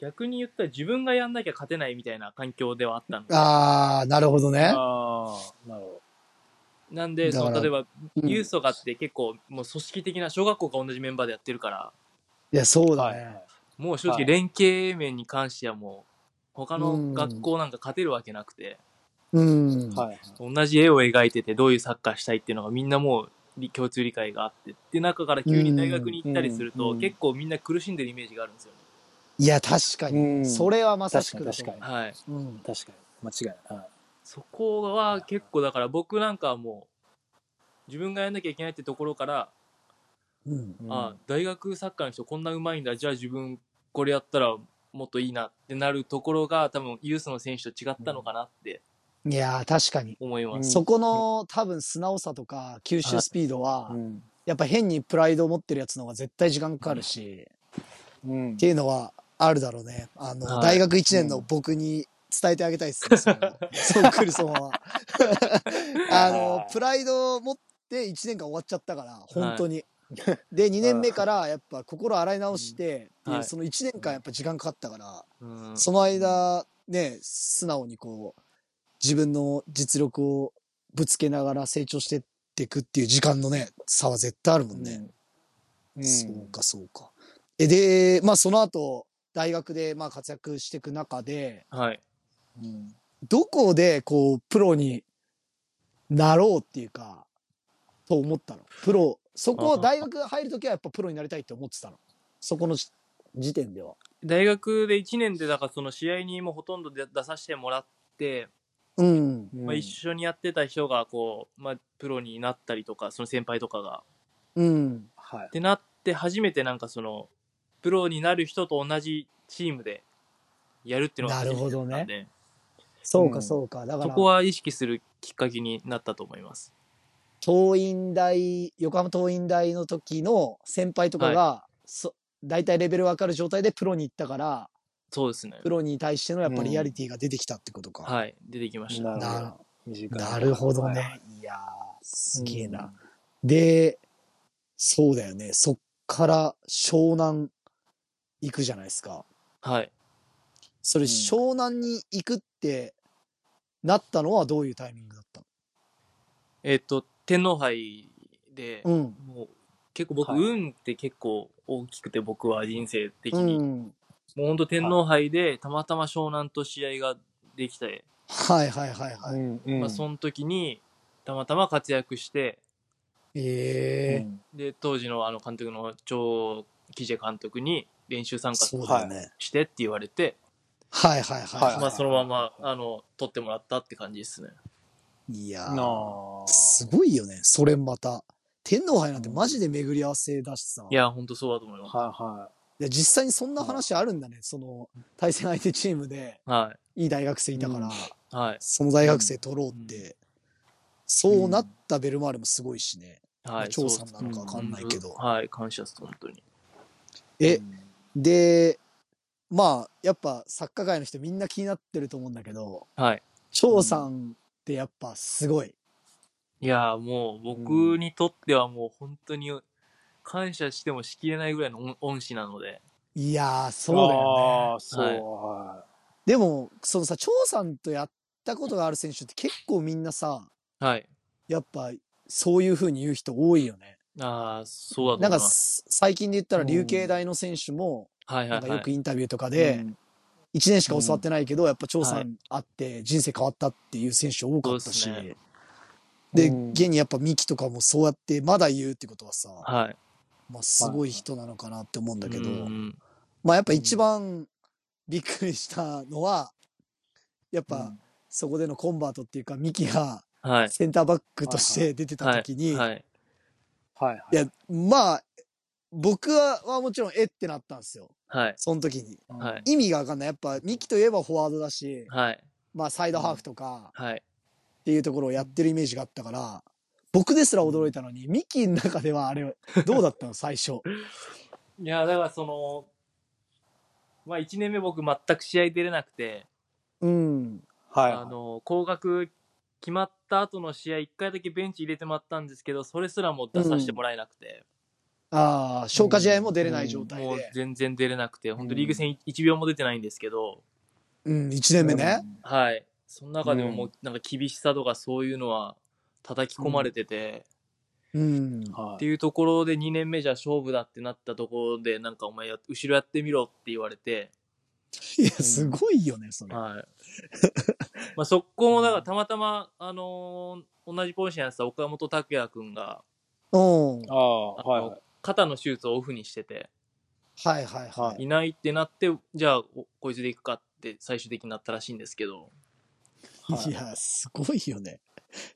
Speaker 5: 逆に言ったら自分がやんなきゃ勝てないみたいな環境ではあったので、
Speaker 2: ああ、なるほどね。
Speaker 3: ああ、なるほ
Speaker 5: なんで、
Speaker 2: だ
Speaker 5: そ
Speaker 2: から
Speaker 5: の例えば、
Speaker 2: うん
Speaker 5: ユースとかって結構、もう組織的な、小学校が同じメンバーでやってるから、
Speaker 2: いや、そう
Speaker 3: ど。
Speaker 2: だ
Speaker 3: はい
Speaker 2: ね。
Speaker 3: はい。
Speaker 5: もう正
Speaker 3: はい
Speaker 5: 直連携面に関してはもう他
Speaker 2: うん
Speaker 5: の学校なんか勝てるわけなくて、
Speaker 2: うん。
Speaker 3: はい
Speaker 5: 同じ絵を描いててどういうサッカーしたいっていうのがみんなもうり共通理解があってで中から急に大学に行ったりする
Speaker 3: う
Speaker 5: と
Speaker 3: ん
Speaker 5: 結構みんな苦しんでるイメージがあるんですよね。
Speaker 2: いや、確かに。
Speaker 3: うん
Speaker 2: それはまさしくだ
Speaker 3: 確かに確
Speaker 5: はい、
Speaker 2: と思ううん。
Speaker 3: 確かに。間違いないはい。
Speaker 5: そこは結構だから僕なんかはもう自分がやんなきゃいけないってところから、
Speaker 2: うん。
Speaker 3: うん
Speaker 5: あ大学サッカーの人こんなうまいんだじゃあ自分これやったらもっといいなってなるところが多分ユースの選手と違ったのかなって
Speaker 2: いやー、確かに。
Speaker 5: 思います。
Speaker 2: そこの多分素直さとか吸収スピードは
Speaker 3: う、ん。
Speaker 2: やっぱ変にプライドを持ってるやつの方が絶対時間かかるし、
Speaker 3: うん
Speaker 2: っていうのはあるだろうね。あの、
Speaker 5: は
Speaker 2: 大
Speaker 5: い
Speaker 2: 学1年の僕に伝えてあげたいっすね。 そのそう来るそのまま。あの、プライドを持って1年間終わっちゃったから、本当に。で、2年目からやっぱ心洗い直して、
Speaker 5: はい
Speaker 2: その1年間やっぱ時間かかったから、
Speaker 5: うん
Speaker 2: その間、ね、素直にこう、自分の実力をぶつけながら成長してっていくっていう時間のね、差は絶対あるもんね。
Speaker 3: うん
Speaker 2: そうか、そうか。え、で、まあその後、大学でまあ活躍していく中で、
Speaker 5: はい。
Speaker 2: どこでこう、プロになろうっていうか、と思ったの。プロ、そこ、
Speaker 5: あ
Speaker 2: 大学入るときはやっぱプロになりたいって思ってたの。そこのじ時点では。
Speaker 5: 大学で1年で、だからその試合にもほとんど出出させてもらって、
Speaker 2: うん。
Speaker 3: うん
Speaker 5: まあ、一緒にやってた人が、こう、まあ、プロになったりとか、その先輩とかが。
Speaker 2: うん。
Speaker 3: はい
Speaker 5: ってなって、初めてなんかその、プロになる人と同じチームでやるっていうのが初めてだったんで
Speaker 2: なるほどそうか、
Speaker 3: うん
Speaker 2: そうか。だか
Speaker 5: そ
Speaker 2: ら
Speaker 5: こ、は意識するきっかけになったと思います。
Speaker 2: 東院大、横浜東院大の時の先輩とかが、そ大体レベル分かる状態でプロに行ったから、
Speaker 5: そうですね
Speaker 2: プ。ロに対してのやっぱリアリティが出てきたってことか。
Speaker 5: はい。出てきました。
Speaker 3: なるほど
Speaker 2: な
Speaker 3: 短い
Speaker 2: なるほどね。いやー、すげえな。で、そうだよね。そっから湘南行くじゃないですか。
Speaker 5: はい。
Speaker 2: それ、
Speaker 3: うん
Speaker 2: 湘南に行くってなったのはどういうタイミングだった
Speaker 5: えっ、と、天皇杯で、
Speaker 2: のうん。
Speaker 5: もう結構僕、
Speaker 3: はい
Speaker 5: 運って結構大きくて、僕は人生的
Speaker 2: う
Speaker 5: に。
Speaker 2: ん。
Speaker 5: もう本当天皇杯で、たまたま湘南と試合ができて、
Speaker 2: はいはいはいはい。
Speaker 3: うんうん
Speaker 5: まあ、その時に、たまたま活躍して、
Speaker 3: う
Speaker 2: ええ
Speaker 3: ん
Speaker 5: で、当時のあの監督の張喜ジ監督に練習参加
Speaker 2: そうだよね。
Speaker 5: してって言われて、
Speaker 2: はいはいはい。
Speaker 5: まあ、そのまま、あの、取ってもらったって感じですね。
Speaker 2: いや
Speaker 3: な
Speaker 2: ー、
Speaker 3: あ
Speaker 2: すごいよね。それまた。天皇杯なんてマジで巡り合わせだしさ。
Speaker 5: いや、本当そうだと思います。
Speaker 3: はいはい
Speaker 2: や実際にそんな話あるんだね。その、対戦相手チームで、
Speaker 5: はい
Speaker 2: い大学生いたから、
Speaker 3: うん
Speaker 5: い。はい。
Speaker 2: その大学生取ろうって、そうなったベルマーレもすごいしね。
Speaker 5: はい、
Speaker 2: 調
Speaker 5: そ
Speaker 2: 査
Speaker 5: う
Speaker 2: なのかわかんないけど。
Speaker 5: うんはい、感謝です、本当に。
Speaker 3: い。
Speaker 2: え、で、まあ、やっぱサッカー界の人みんな気になってると思うんだけど、
Speaker 5: はい。
Speaker 2: 張さんってやっぱすごい。
Speaker 5: いやー、もう僕にとってはもう本当に感謝してもしきれないぐらいの恩恩師なので。
Speaker 2: いやー、そうだよね。
Speaker 3: ああ、そう、は
Speaker 2: でも、そのさ、張さんとやったことがある選手って結構みんなさ、
Speaker 5: はい。
Speaker 2: やっぱそういう風に言う人多いよね。
Speaker 5: ああ、そう
Speaker 2: な
Speaker 5: だ
Speaker 2: んか
Speaker 5: と思いま
Speaker 2: す
Speaker 5: す。
Speaker 2: 最近で言ったら、琉球大の選手も、
Speaker 5: はい
Speaker 2: な
Speaker 5: は
Speaker 2: ん
Speaker 5: い
Speaker 2: か
Speaker 5: は
Speaker 2: よく
Speaker 5: い。
Speaker 2: インタビューとか
Speaker 3: い。
Speaker 2: で
Speaker 3: う、ん
Speaker 2: 1年しか教わってないけど、やっぱ張さ
Speaker 5: は
Speaker 2: んあって人生変わったっていう選手多かったし、
Speaker 5: そうですね
Speaker 2: で、
Speaker 3: うん
Speaker 2: 現にやっぱミキとかもそうやってまだ言うってことはさ、
Speaker 5: はい。
Speaker 2: まあすごい人なのかなって思うんだけど、
Speaker 5: うん
Speaker 2: まあやっぱ一番びっくりしたのは、やっぱそこでのコンバートっていうかミキが
Speaker 5: はい。
Speaker 2: センターバックとして出てた時に、い
Speaker 5: はいはい。
Speaker 3: はいはい。
Speaker 2: や、まあ、僕ははもちろんえってなったんですよ。
Speaker 5: はい。
Speaker 2: その時に。
Speaker 5: はい。
Speaker 2: 意味がわかんない。やっぱミキといえばフォワードだし、
Speaker 5: はい。
Speaker 2: まあサイドハーフとか、
Speaker 5: はい。
Speaker 2: っていうところをやってるイメージがあったから、僕ですら驚いたのに、ミキの中ではあれ、どうだったの最初。
Speaker 5: いや、だからその、まあ1年目僕全く試合出れなくて、
Speaker 2: うん。
Speaker 3: はい。
Speaker 5: あの、高額決まった後の試合1回だけベンチ入れてもらったんですけど、それすらも出させてもらえなくて。
Speaker 2: ああ、消化試合も出れない状態
Speaker 5: もう
Speaker 2: で。
Speaker 5: 全然出れなくて、本当リーグ戦1秒も出てないんですけど、
Speaker 2: うん、1年目ね。
Speaker 5: はい。その中でも
Speaker 3: うん
Speaker 5: もうなんか厳しさとかそういうのは叩き込まれてて、
Speaker 2: うん。
Speaker 3: は
Speaker 5: って
Speaker 3: い。
Speaker 5: いうところで2年目じゃ勝負だってなったところで、なんかお前や後ろやってみろって言われて、
Speaker 2: いや、すごいよね、それ。
Speaker 5: はい。まあ速攻もだからたまたま、あのー同じポジションやってた岡本拓也君が、
Speaker 2: うん。はい
Speaker 3: ああ、はいはい。
Speaker 5: 肩の手術をオフにしてて、
Speaker 2: はいはい
Speaker 5: ないってなって、じゃあおこいつで行くかって最終的になったらしいんですけど、
Speaker 3: はい
Speaker 2: い。いや、すごいよね。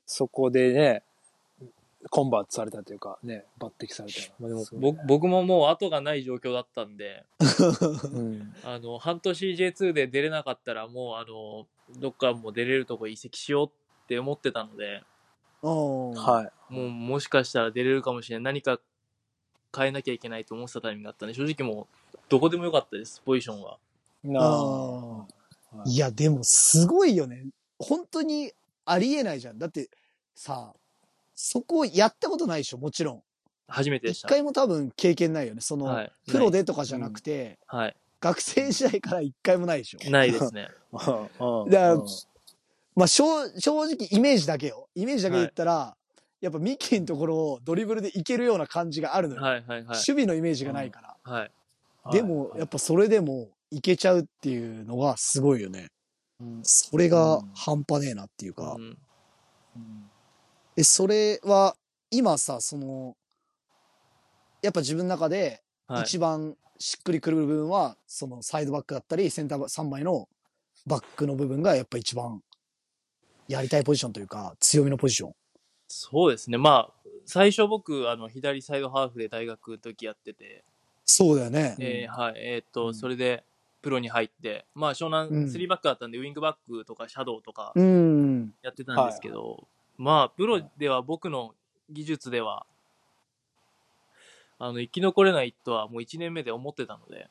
Speaker 3: そこでね、コンバートされたというか、ね、抜擢された。まあでも
Speaker 5: 僕僕ももう後がない状況だったんで、
Speaker 3: うん。
Speaker 5: あの、半年 J2 で出れなかったら、もう、あの、どっかもう出れるとこ移籍しようって思ってたので、
Speaker 2: うん。
Speaker 3: はい。
Speaker 5: もう、もしかしたら出れるかもしれない。何か変えなきゃいけないと思ってたタイミングだったんで、正直もう、どこでもよかったです、ポジションは。
Speaker 3: な
Speaker 2: あ
Speaker 3: あ
Speaker 2: いや、でも、すごいよね。本当にありえないじゃん。だって、さ、そこやったことないでしょ、もちろん。
Speaker 5: 初めてでし
Speaker 2: 一
Speaker 5: た。
Speaker 2: 回も多分経験ないよね。その、
Speaker 5: はい
Speaker 2: プロでとかじゃなくて、
Speaker 5: はい。
Speaker 2: 学生時代から一回もないでしょ。
Speaker 5: ないです ね。
Speaker 3: うん
Speaker 2: だから
Speaker 3: うん
Speaker 2: まあ、正正直イメージだけよ。イメージだけで言ったら、やっぱミッキーのところをドリブルでいけるような感じがあるのよ。
Speaker 5: はいはいはい
Speaker 2: 守。備のイメージがないから。
Speaker 5: はい。
Speaker 2: でも、やっぱそれでもいけちゃうっていうのがすごいよね。
Speaker 3: うん
Speaker 2: それが半端ねえなっていうか。
Speaker 5: うん
Speaker 3: うん
Speaker 2: え、それは、今さ、その、やっぱ自分の中で
Speaker 5: はい
Speaker 2: 一番しっくりくる部分は、そのサイドバックだったり、センター3枚のバックの部分がやっぱ一番やりたいポジションというか、強みのポジション。
Speaker 5: そうですね。まあ、最初僕、あの、左サイドハーフで大学の時やってて、
Speaker 2: そうだよね。
Speaker 5: えーはい。えーっと、
Speaker 3: うん
Speaker 5: それで、プロに入って、まあ、湘
Speaker 2: うん
Speaker 5: 南3バックだったんで、ウィングバックとかシャドウとか
Speaker 2: うん。
Speaker 5: やってたんですけど、まあ、プロでは僕の技術では、あの、生き残れないとはもう1年目で思ってたので、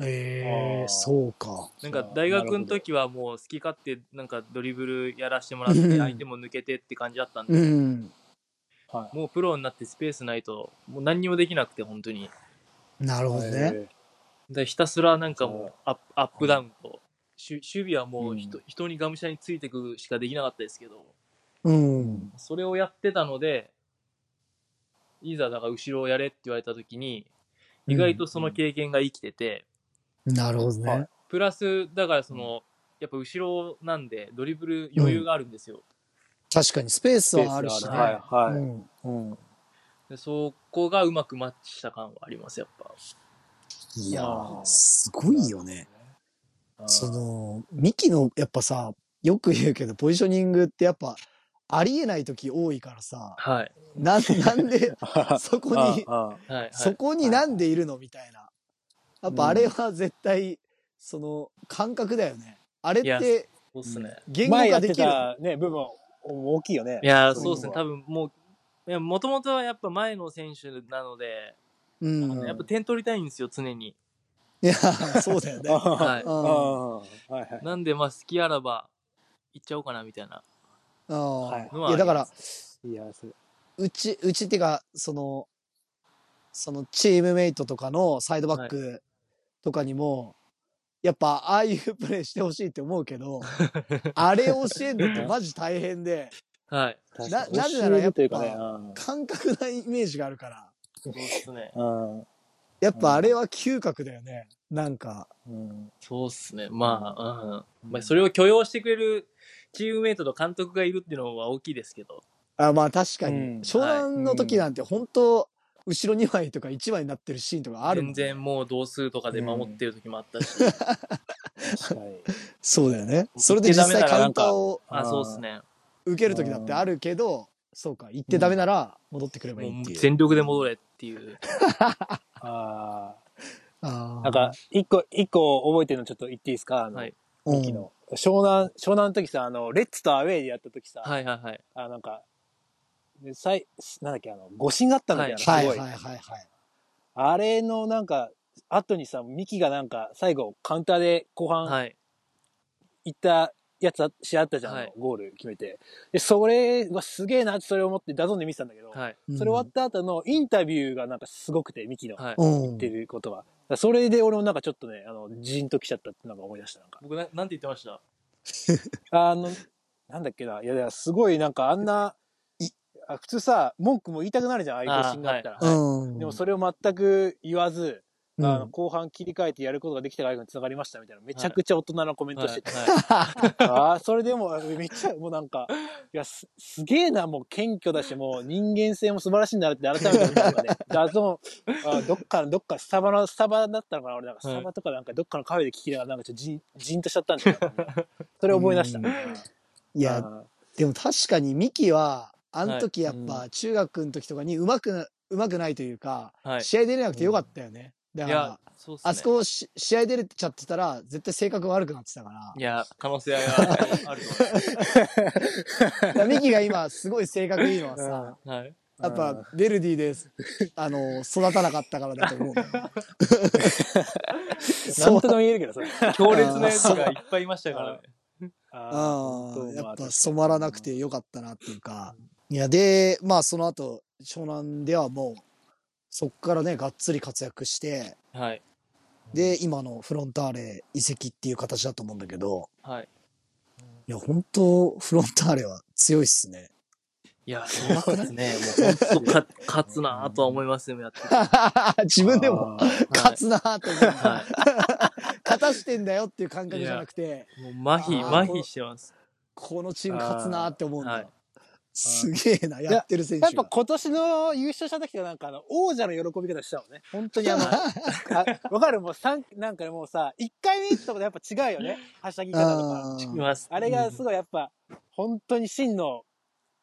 Speaker 2: え
Speaker 3: あ
Speaker 2: え
Speaker 3: ー
Speaker 2: そうか。
Speaker 5: なんか大学の時はもう好き勝手なんかドリブルやらしてもらって
Speaker 2: うん
Speaker 5: 相手も抜けてって感じだったんで、
Speaker 2: うん。
Speaker 3: はい
Speaker 5: もうプロになってスペースないともう何にもできなくて本当に
Speaker 2: なるほどね。
Speaker 3: え
Speaker 5: でひたすらなんか
Speaker 3: は
Speaker 5: もう
Speaker 3: い
Speaker 5: アップアップダウンと守守備はもう人,、
Speaker 3: う
Speaker 5: 人にがむしゃらについてくしかできなかったですけど
Speaker 2: うん。
Speaker 5: それをやってたのでいざだから後ろをやれって言われた時に意外とその経験が生きてて、
Speaker 2: なるほどね。
Speaker 5: プラスだからその、やっぱ後ろなんでドリブル余裕があるんですよ、
Speaker 2: 確かにスペース
Speaker 3: ー
Speaker 2: はあるし
Speaker 3: ス
Speaker 2: ね。
Speaker 3: があるはいは
Speaker 2: う
Speaker 3: い
Speaker 2: ん
Speaker 3: うん
Speaker 5: でそこがうまくマッチした感はありますやっぱ
Speaker 2: いや
Speaker 3: あ
Speaker 2: ー、
Speaker 3: ー
Speaker 2: すごいよね。
Speaker 3: うん
Speaker 2: その、ミキの、やっぱさ、よく言うけど、ポジショニングってやっぱ、ありえない時多いからさ、
Speaker 5: はい
Speaker 2: なんなんで、そこに、
Speaker 3: ああ
Speaker 5: はいはい
Speaker 2: そこになんでいるのみたいな。やっぱあれは絶対、その、感覚だよね。あれっ
Speaker 5: いや
Speaker 2: て、
Speaker 5: そうっすね、
Speaker 2: 言語
Speaker 3: 前や
Speaker 2: 化
Speaker 3: っ
Speaker 2: で
Speaker 3: て
Speaker 2: きる。
Speaker 3: たね、部分は大きいよね。
Speaker 5: いやーそうっすね
Speaker 3: そう
Speaker 5: 多分もうもともとはやっぱ前の選手なので、
Speaker 2: うん。
Speaker 5: やっぱ点取りたいんですよ常に、
Speaker 2: いや、そうだよ ね。、
Speaker 5: はいう
Speaker 3: うん
Speaker 2: ん。
Speaker 3: はいはい。
Speaker 5: なんでまあ好きあらば行っちゃおうかなみたいな
Speaker 2: うん
Speaker 3: はい
Speaker 5: のはい
Speaker 2: や、だから、
Speaker 3: いや、それ。
Speaker 2: うち、うちってか、その、そのチームメイトとかのサイドバックとかにも、やっぱああいう プレーしてほしいって思うけ ど、あれ教えるのってマジ大変で、
Speaker 5: はい
Speaker 3: 確
Speaker 2: な
Speaker 3: かに
Speaker 2: なぜならやっぱ
Speaker 3: 教えるというかね、うん
Speaker 2: 感覚なイメージがあるから、
Speaker 5: そうっすね
Speaker 3: うん
Speaker 2: やっぱあれは嗅覚だよね。なんか、
Speaker 3: うん
Speaker 5: そうっすねまあ、うんまあ、それを許容してくれるチームメイトと監督がいるっていうのは大きいですけど
Speaker 2: あまあ確かに、
Speaker 3: うん
Speaker 2: 湘南の時なんて本当、後ろ2枚とか1枚になってるシーンとかあるもん
Speaker 5: 全然もう同数とかで守ってる時もあったし、
Speaker 3: 確かに
Speaker 2: そうだよね。それで実際カウンターを
Speaker 5: あそうっすね
Speaker 2: 受ける時だってあるけど、そうか、行ってダメなら戻ってくればいい
Speaker 5: も
Speaker 2: っ
Speaker 5: う
Speaker 2: ていう。
Speaker 5: 全力で戻れっていう
Speaker 3: あ
Speaker 2: あ
Speaker 3: あ
Speaker 2: ー
Speaker 3: なんか、一個、一個覚えてるのちょっと言っていいですかあの、
Speaker 5: はい
Speaker 3: ミキの。湘南、湘南の時さ、あの、レッツとアウェイでやった時さ、
Speaker 5: はいはいはい
Speaker 3: あなんか、でさいなんだっけ、あの、誤信があったんだけど、
Speaker 2: はい
Speaker 3: す
Speaker 2: は
Speaker 3: ご
Speaker 2: い
Speaker 3: い。
Speaker 2: はいはい。
Speaker 3: あれのなんか、後にさ、ミキがなんか、最後、カウンターで後半、
Speaker 5: はい
Speaker 3: 行ったやつあ、試合あったじゃん、
Speaker 5: はい
Speaker 3: ゴール決めて。で、それはすげえなってそれを思って、ダゾンで見てたんだけど、
Speaker 5: はい
Speaker 3: それ終わった後のインタビューがなんかすごくて、ミキの言
Speaker 5: はい
Speaker 2: うん。
Speaker 3: ってることは。だからそれで俺もなんかちょっとね、あの、ジーンときちゃったってなんか思い出した、なんか。
Speaker 5: 僕ななんて言ってました
Speaker 3: あの、なんだっけな、いやいや、すごいなんかあんな、あ普通さ、文句も言いたくなるじゃん、ああいう誤信があったら。
Speaker 2: うん。
Speaker 3: でもそれを全く言わず、
Speaker 2: うん
Speaker 3: あの後半切り替えてやることができたからにつながりましたみたいな、めちゃくちゃ大人のコメントしてて、
Speaker 5: はいはい
Speaker 3: ああ、それでも、めっちゃ、もうなんか、いや、す、すげえな、もう謙虚だし、もう人間性も素晴らしいんだなって改めて見たのがね、ダゾーン、あどっかの、どっか、スタバの、スタバだったのかな俺なんか、ス
Speaker 5: はい
Speaker 3: タバとかなんか、どっかのカフェで聞きながら、なんかちょっとじん、じんとしちゃったんだよ。それ覚え出した。
Speaker 2: う
Speaker 3: うんん
Speaker 2: いや、でも確かにミキは、あの時やっ
Speaker 3: は
Speaker 2: ぱ中学の時とかにうまくな、うまくないというか、
Speaker 5: はい
Speaker 2: 試合出れなくてよかったよね。だ
Speaker 5: い
Speaker 2: から
Speaker 5: や、そうっすね
Speaker 2: あそこをし試合出れちゃってたら、絶対性格悪くなってたから
Speaker 5: い。や可能性はあると思いま
Speaker 2: だからミキが今すごい性格いいのは
Speaker 3: う
Speaker 2: さ、
Speaker 5: すはい
Speaker 2: やっぱベルディで、あの、育たなかったからだと思う。
Speaker 3: なんとでも言えるけど、それ。
Speaker 5: 強烈なやつがいっぱいいましたからね
Speaker 3: あ
Speaker 2: う
Speaker 3: ー
Speaker 2: んやっぱ染まらなく。てよかったなっていうか。いや、で、まあその後、湘南ではもう、そっからね、がっつり活躍して、
Speaker 5: はい
Speaker 2: で、今のフロンターレ移籍っていう形だと思うんだけど、
Speaker 5: はい。
Speaker 2: いや、本当フロンターレは強いっすね。
Speaker 5: いや、そうですね。もう本当か、勝つなぁとは思いますよ、やってて。は
Speaker 2: 自分でも、
Speaker 3: あー
Speaker 2: 勝つなーって思う。
Speaker 5: い。
Speaker 2: 勝たしてんだよっていう感覚じゃなくて、
Speaker 5: もう麻痺、
Speaker 2: あー
Speaker 5: 麻痺してます。
Speaker 2: このチーム勝つなーって思うんだ。
Speaker 5: はい
Speaker 2: すげえな、やってる選手
Speaker 1: や
Speaker 2: が。
Speaker 1: っぱ今年の優勝した時はなんかあの、王者の喜び方したわね。本当に あの、あわかるもう三なんかねもうさ、1回目行ったことやっぱ違うよ ね。はしゃぎ方とか。
Speaker 5: います。
Speaker 1: あれがすごいやっぱ、本当に真の、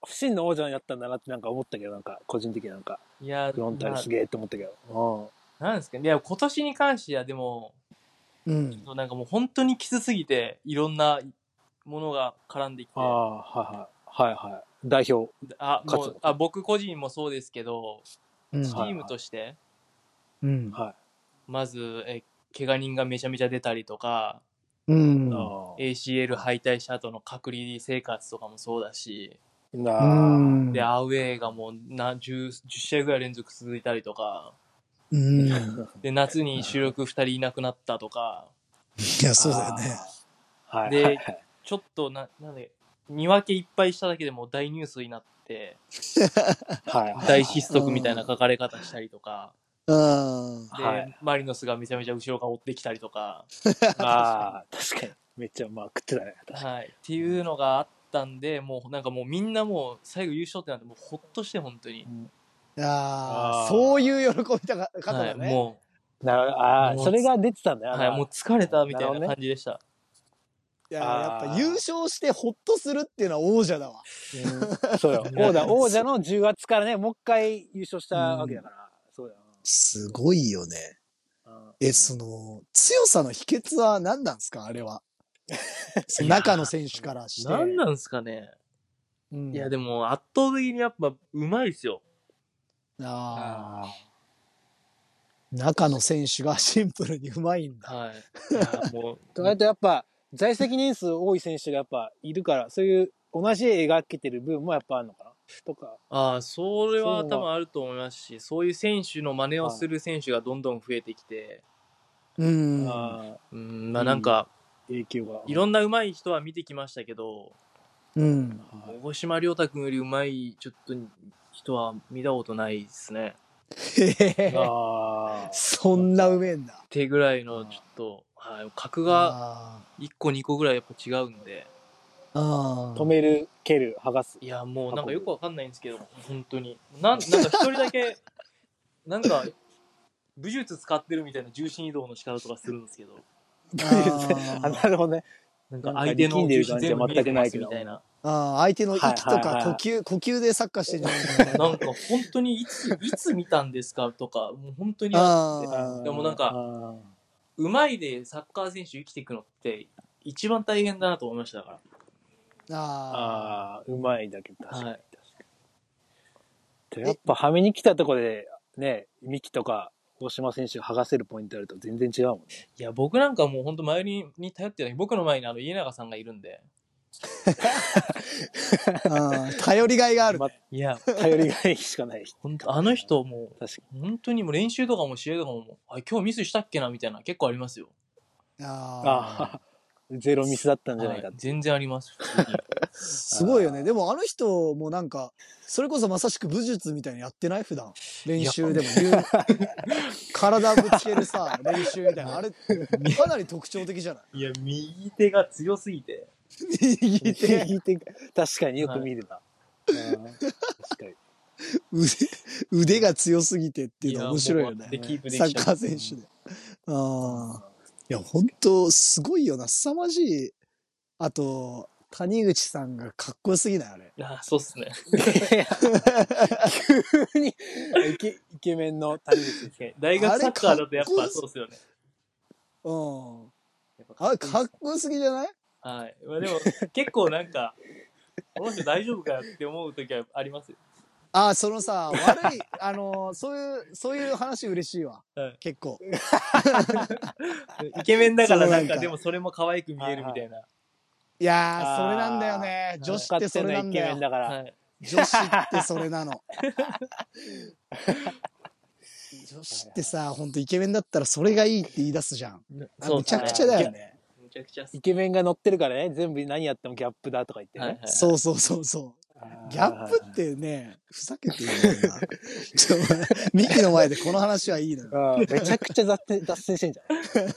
Speaker 1: 真の王者になったんだなってなんか思ったけど、なんか、個人的になんか、
Speaker 5: いや、
Speaker 1: フロンターレすげえって思ったけど。
Speaker 5: ななんですかね。いや、今年に関しては、でも、
Speaker 2: うん。うん。
Speaker 5: なんかもう本当にきつすぎて、いろんなものが絡んできて、
Speaker 3: ああ、はいはい。はいはい。代表。
Speaker 5: あも
Speaker 3: 勝つ
Speaker 5: うあ僕個人もそうですけど、
Speaker 2: うん
Speaker 5: チームとして、
Speaker 2: うん。
Speaker 3: は
Speaker 5: まず、え怪我人がめちゃめちゃ出たりとか、
Speaker 2: うん
Speaker 3: い。。あ
Speaker 5: ACL 敗退した後の隔離生活とかもそうだし、
Speaker 3: あ。
Speaker 2: う
Speaker 3: なあ。
Speaker 2: ん
Speaker 5: で、アウェーがもうな 10, 10試合ぐらい連続続いたりとか、
Speaker 2: うん。い
Speaker 5: で、夏に主力2人いなくなったとか、
Speaker 2: や、そうだよね。
Speaker 3: あー。はい
Speaker 5: で
Speaker 3: はいはい。
Speaker 5: ちょっとな、なんで、2分けいっぱいしただけでもう大ニュースになって、
Speaker 3: はいはい。
Speaker 5: 大失速みたいな書かれ方したりとか、
Speaker 2: うん。
Speaker 5: で、
Speaker 3: はい
Speaker 5: マリノスがめちゃめちゃ後ろから追ってきたりとか、
Speaker 3: ああ、確かに。めっちゃ、まあ、食ってたね。
Speaker 5: はい、っていうのがあったんで、もうなんかもうみんなもう最後優勝ってなって、もうほっとして本当に。
Speaker 2: ああ、
Speaker 3: あー
Speaker 2: そういう喜び方が
Speaker 5: は
Speaker 2: だ
Speaker 5: い、
Speaker 2: ね。
Speaker 5: も
Speaker 3: なるほど。ああ、
Speaker 5: もう
Speaker 3: それが出てたんだ
Speaker 5: う、
Speaker 3: よ。
Speaker 5: はい、もう疲れたみたい
Speaker 3: なるほど
Speaker 5: な
Speaker 3: ね
Speaker 5: 感じでした。
Speaker 2: いや、
Speaker 3: あ
Speaker 2: や
Speaker 3: ー
Speaker 2: っぱ優勝してホッとするっていうのは王者だわ。
Speaker 3: う。そうよ。
Speaker 1: 王者、王者の10月からね、もう一回優勝したわけだから。そうだよ
Speaker 2: すごいよね。
Speaker 1: な。
Speaker 2: え、その、強さの秘訣は何なんですかあれは。中の選手からして。
Speaker 5: 何なんすかね。
Speaker 2: うん
Speaker 5: いや、でも圧倒的にやっぱうまいですよ。
Speaker 2: あ
Speaker 3: ああ。
Speaker 2: ー中の選手がシンプルにうまいんだ。
Speaker 5: はい。いやも
Speaker 1: とあとやっぱ、在籍年数多い選手がやっぱいるから、そういう同じ絵描けてる分もやっぱあるのかなとか。
Speaker 5: う、ああ、それは
Speaker 1: そう
Speaker 5: 多分あると思いますし、そういう選手の真似をする選手がどんどん増えてきて、
Speaker 2: うん。
Speaker 1: ああ
Speaker 5: うん、まあなんか、
Speaker 1: 影響が。
Speaker 5: いろんな上手い人は見てきましたけど、
Speaker 2: うん。
Speaker 5: 大島良太君より上手いちょっと人は見たことないですね。
Speaker 2: へへへ
Speaker 3: ああ。
Speaker 2: そんなうめえんだ。
Speaker 5: ってぐらいのちょっと、はい、格が
Speaker 2: あ
Speaker 5: 1個2個ぐらいやっぱ違うんで、
Speaker 2: ーあー。
Speaker 1: 止める、蹴る、剥がす。
Speaker 5: いやもうなんかよくわかんないんですけど、本当に。 なんなんか一人だけ、なんか武術使ってるみたいな重心移動の仕方とかするんですけど、
Speaker 1: あ、なるほどね。
Speaker 5: なんか相手の重心全部見えてますみたいな。
Speaker 2: ああ、相手の息と
Speaker 1: はいはい
Speaker 2: か
Speaker 1: は
Speaker 2: 呼
Speaker 1: い
Speaker 2: 吸、呼吸でサッカーしてんじゃないか な。
Speaker 5: なんか本当にいつ、いつ見たんですかとか、もう本当に
Speaker 2: あ
Speaker 5: でもなんか
Speaker 1: あ
Speaker 5: うまいでサッカー選手生きていくのって一番大変だなと思いましただか
Speaker 2: ーあ
Speaker 3: ああ、うまいだけど、
Speaker 5: ら。
Speaker 3: 確か
Speaker 5: は
Speaker 3: に
Speaker 5: い。。
Speaker 3: でやっぱ、はめに来たところで、ね、ミキとか、大島選手が剥がせるポイントあると全然違うもんね。
Speaker 5: いや、僕なんかもう本当周りに頼ってない。僕の前にあの家永さんがいるんで。
Speaker 2: ーあー、頼りがいがある。
Speaker 3: ま
Speaker 5: いや、
Speaker 3: 頼りがいしかない。
Speaker 5: 本当あの人も
Speaker 3: 確か
Speaker 5: う、本当にもう練習とかも試合とかももう、あ、今日ミスしたっけなみたいな結構ありますよ。
Speaker 2: ああ。
Speaker 3: ああ、ゼロミスだったんじゃないか
Speaker 5: は
Speaker 3: っ
Speaker 5: い
Speaker 3: て。
Speaker 5: 全然あります。普通に
Speaker 2: すごいよね。でもあの人もなんか、それこそまさしく武術みたいにやってない普段。練習でも言う。体ぶつけるさ、練習みたいな。あれ、かなり特徴的じ ゃない
Speaker 5: いや、右手が強すぎて。
Speaker 2: 右手、
Speaker 3: 聞いて確かによく見るな。うん確かに。
Speaker 2: 腕、腕が強すぎてっていうのは面白いよ
Speaker 5: やも
Speaker 2: ね
Speaker 5: う。でキープできち
Speaker 2: サ
Speaker 5: ゃう
Speaker 2: ッカー選手で。ああ。いや、本当すごいよな。凄まじい。あと、谷口さんがかっこよすぎないあれ。
Speaker 5: あ、そうっすね。
Speaker 1: 急にイケ、イケメンの谷口ですね。
Speaker 5: 大学サッカーだとやっぱそうっすよね。
Speaker 2: うん。
Speaker 5: やっぱ
Speaker 2: あれ、
Speaker 5: っこいいっす
Speaker 2: かっこよすぎじゃない
Speaker 5: はい。まあでも、結構なんか、この人大丈夫かよって思う時はありますよ。
Speaker 2: ああ、そのさ、悪い、 あのーそういう、そういう話嬉しいわ。
Speaker 5: はい
Speaker 2: 結構。
Speaker 5: イケメンだから
Speaker 2: そうな
Speaker 5: なんん
Speaker 2: か
Speaker 5: か、でもそれも可愛く見えるみたいな。
Speaker 2: いや
Speaker 1: あ
Speaker 2: ー、
Speaker 1: ー
Speaker 2: それなんだよね。女子ってそれなん
Speaker 1: イケ
Speaker 2: だ
Speaker 1: メ
Speaker 2: よ
Speaker 1: ン。だから。
Speaker 5: はい。
Speaker 2: 女子ってそれなの。女子ってさ、ほんとイケメンだったらそれがいいって言い出すじゃん。あ
Speaker 5: そう
Speaker 2: むちゃくちゃだよね。
Speaker 5: むちゃくちゃっす
Speaker 1: イケメンが乗ってるからね、全部何やってもギャップだとか言って
Speaker 5: はいはい
Speaker 1: ね。
Speaker 5: はい
Speaker 2: そうそうそう そう。ギャップってね、ふざけてるよな。 ちょ、ミキの前でこの話はいいのよ。
Speaker 1: うんめちゃくちゃ 脱線脱線してんじゃん。
Speaker 2: い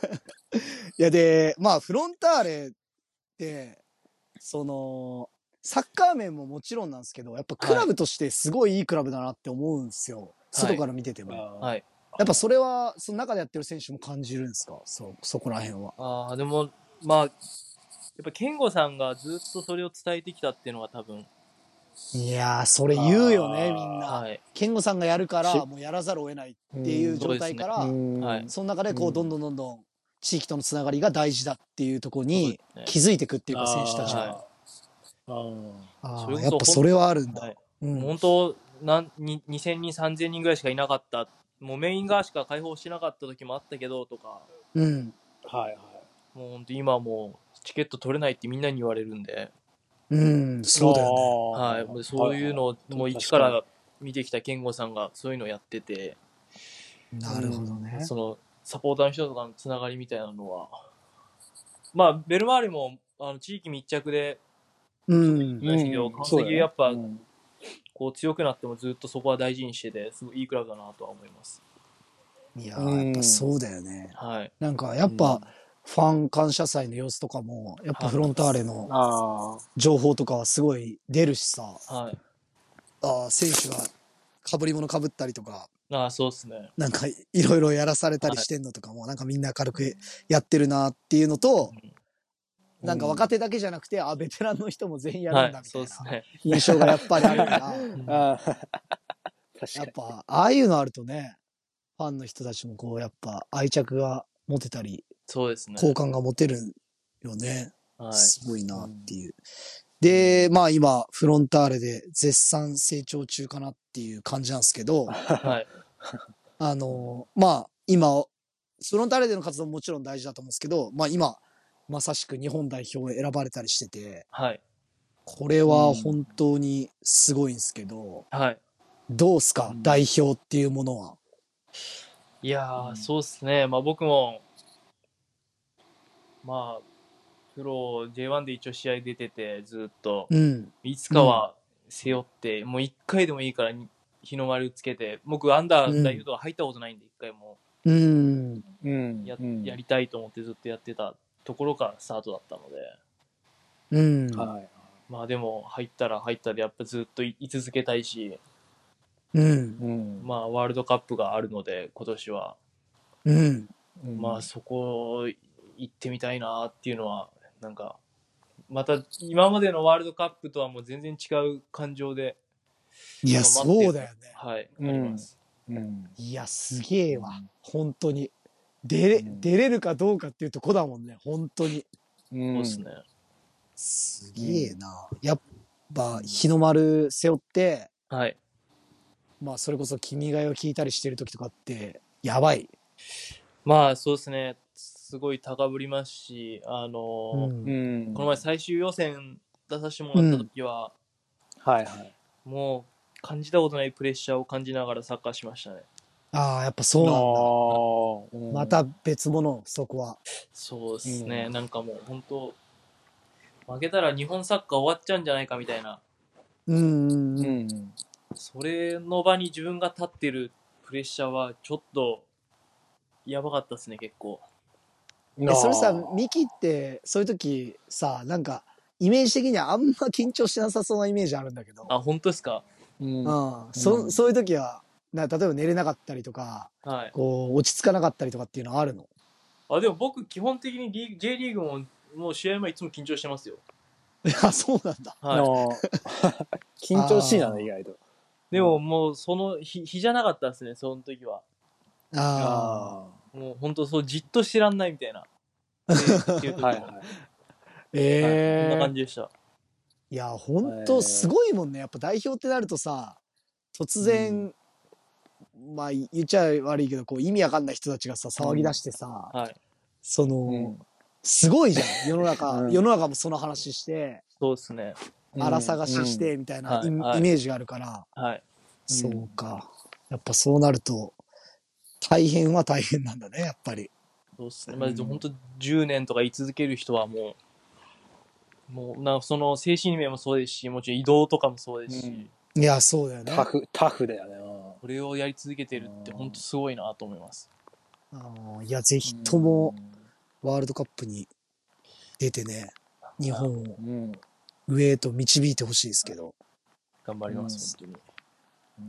Speaker 2: やで、まあフロンターレって、その、サッカー面ももちろんなんですけど、やっぱクラブとしてすごいいいクラブだなって思うんですよ。外から見てても。
Speaker 3: あ
Speaker 5: はい。
Speaker 2: やっぱそれは、その中でやってる選手も感じるんですかそ、そこら辺は。
Speaker 5: ああ、でも、まあ、やっぱ、健吾さんがずっとそれを伝えてきたっていうのが多分、
Speaker 2: いやー、それ言うよね、
Speaker 3: あー
Speaker 2: みんな。
Speaker 5: はい。
Speaker 2: 健吾さんがやるか
Speaker 1: し
Speaker 2: ら、もうやらざるを得ないっていう状態から、
Speaker 1: う
Speaker 2: そ,、
Speaker 1: ん
Speaker 5: はい
Speaker 2: の中でこ
Speaker 1: う
Speaker 2: う、
Speaker 1: ん
Speaker 2: どんどんどんどん地域とのつながりが大事だっていうところに
Speaker 5: そうですね
Speaker 2: 気づいていくっていうか、選手たちは。
Speaker 5: は
Speaker 2: あ
Speaker 5: そ
Speaker 2: ー
Speaker 5: れこそ
Speaker 2: やっぱそれはあるんだ。
Speaker 5: い。はい。
Speaker 2: うん
Speaker 5: 本当なんに2000人、3000人ぐらいしかいなかった。もうメイン側しか解放してなかった時もあったけど、とか、
Speaker 2: うん。
Speaker 3: はい。
Speaker 5: もう本当今はもう、チケット取れないってみんなに言われるんで、
Speaker 2: うん、そうだよね。
Speaker 5: は。
Speaker 3: はい
Speaker 5: もうそういうのを、もう一から見てきた健吾さんがそういうのをやってて、
Speaker 2: なるほどね。
Speaker 5: そのサポーターの人とかのつながりみたいなのは、まあ、ベルマーレもあの地域密着で、
Speaker 2: うん。
Speaker 5: ないですけど、
Speaker 3: うん
Speaker 5: 川
Speaker 3: そうだ
Speaker 5: 崎
Speaker 3: ね
Speaker 5: やっぱ、
Speaker 3: うん
Speaker 5: こう強くなってもずっとそこは大事にしてて、すごいいいクラブだなとは思います。
Speaker 2: いやー、やっぱそうだよね。
Speaker 5: はい。
Speaker 2: なんか、やっぱ、ファン感謝祭の様子とかも、やっぱフロンターレの
Speaker 1: あ
Speaker 2: 情報とかはすごい出るしさ、
Speaker 5: はい。
Speaker 2: あー選手が被り物被ったりとか、
Speaker 5: ああ、そうですね。
Speaker 2: なんかいろいろやらされたりしてんのとかも、なんかみんな明るくやってるなっていうのと、なんか若手だけじゃなくて、あ、ベテランの人も全員や
Speaker 5: は
Speaker 2: るん
Speaker 5: い
Speaker 2: だ。みた
Speaker 5: そう
Speaker 2: い
Speaker 5: です
Speaker 2: な
Speaker 5: ね。
Speaker 2: 印象がやっぱりあるから、
Speaker 5: うんは
Speaker 1: あ。確
Speaker 2: や
Speaker 1: か
Speaker 2: っ
Speaker 1: に。
Speaker 2: ぱ、ああいうのあるとね、ファンの人たちもこう、やっぱ愛着が持てたり、
Speaker 5: そうですね。
Speaker 2: 好感が持てるよね。
Speaker 5: はい。
Speaker 2: すごいなっていう。で、まあ今、フロンターレで絶賛成長中かなっていう感じなんですけど、
Speaker 5: はい。
Speaker 2: あの、まあ今、フロンターレでの活動ももちろん大事だと思うんですけど、まあ今、まさしく日本代表へ選ばれたりしてて、
Speaker 5: はい。
Speaker 2: これは本当にすごいんですけど、
Speaker 5: はい。
Speaker 2: どうすか、
Speaker 3: うん
Speaker 2: 代表っていうものは。
Speaker 5: いやー、そうですね。まあ僕も、まあ、プロ J1 で一応試合出てて、ずっと、
Speaker 2: うん。
Speaker 5: いつかは背負って、もう一回でもいいからに日の丸つけて、僕、アンダー代表とか入ったことないんで、一回も
Speaker 2: うん。
Speaker 3: うん
Speaker 5: や,、やりたいと思ってずっとやってたところからスタートだったので、
Speaker 2: うん。
Speaker 3: はい。
Speaker 5: まあでも、入ったら入ったで、やっぱずっとい居続けたいし、
Speaker 2: うん。
Speaker 3: うん。
Speaker 5: まあ、ワールドカップがあるので、今年は、
Speaker 2: うん。
Speaker 5: まあ、そこ行ってみたいなっていうのは、なんか、また今までのワールドカップとはもう全然違う感情で、
Speaker 2: いや、
Speaker 5: まあ
Speaker 2: そうだよね。
Speaker 5: はい、
Speaker 3: うん
Speaker 5: あります。
Speaker 3: うん。
Speaker 2: いや、すげえわ
Speaker 3: うん。
Speaker 2: 本当に。出れ、
Speaker 3: うん
Speaker 2: 出れるかどうかっていうとこだもんね。本当に。
Speaker 3: う。
Speaker 5: そうんですね。
Speaker 2: すげえな。やっぱ、日の丸背負って、
Speaker 5: はい。
Speaker 2: まあ、それこそ君が代を聞いたりしてる時とかって、やばい。
Speaker 5: まあそうですね、すごい高ぶりますし、あの
Speaker 2: うん
Speaker 3: うん。
Speaker 5: この前、最終予選出させてもらった時は、
Speaker 3: はいはい。
Speaker 5: もう感じたことないプレッシャーを感じながらサッカーしましたね。
Speaker 2: ああ、やっぱそうなん
Speaker 3: の
Speaker 2: だ。また別物、そこは。
Speaker 5: そうですね、
Speaker 3: うん
Speaker 5: なんかもう本当、負けたら日本サッカー終わっちゃうんじゃないかみたいな、
Speaker 2: うんうん
Speaker 3: う
Speaker 2: うん。
Speaker 3: ん。
Speaker 5: それの場に自分が立ってるプレッシャーはちょっとやばかったですね、結構。
Speaker 2: え、それさ、ミキって、そういう時さ、なんか、イメージ的にはあんま緊張しなさそうなイメージあるんだけど。
Speaker 5: あ、本当ですか
Speaker 3: うん。
Speaker 2: うん。
Speaker 3: う
Speaker 2: そ、
Speaker 3: ん
Speaker 2: そういう時は、な、例えば寝れなかったりとか、
Speaker 5: はい。
Speaker 2: こう、落ち着かなかったりとかっていうのはあるの
Speaker 5: あ、でも僕、基本的にリーグ J リーグも、もう試合前いつも緊張してますよ。
Speaker 2: いや、そうなんだ。
Speaker 5: はい。
Speaker 1: 緊張しいなの、意外と。
Speaker 5: でももうその日日じゃなかったですね、その時は。
Speaker 2: ああ。
Speaker 5: もう本当そう、じっとしてらんないみたい な。っていう時も
Speaker 1: はいは
Speaker 5: そんな
Speaker 2: ええ
Speaker 5: 感じでした。
Speaker 2: いや、本当すごいもんね。やっぱ代表ってなるとさ、突然、まあ、言っちゃ悪いけど、こう、意味わかんない人たちがさ、騒ぎ出してさ、
Speaker 5: はい。
Speaker 2: その、
Speaker 3: うん
Speaker 2: すごいじゃん。世の中、
Speaker 3: うん
Speaker 2: 世の中もその話して、
Speaker 5: そうですね。
Speaker 2: 荒探しし。て、みたいな、
Speaker 5: はい
Speaker 2: イメ
Speaker 5: はい
Speaker 2: イメージがあるから、
Speaker 5: はい。
Speaker 2: そうか。やっぱそうなると、大変は大変なんだね、やっぱり。
Speaker 5: そうっすね。まあ、本当10年とか言い続ける人はもう、もう、なその精神面もそうですし、もちろん移動とかもそうですし、
Speaker 3: うん
Speaker 2: いや、そうだよね。
Speaker 3: タフ、タフだよね。うん
Speaker 5: これをやり続けてるって本当すごいなと思います。
Speaker 2: あのいや、ぜひともワールドカップに出てね、日本を
Speaker 3: うん。
Speaker 2: 上へと導いてほしいですけど。
Speaker 5: 頑張ります、本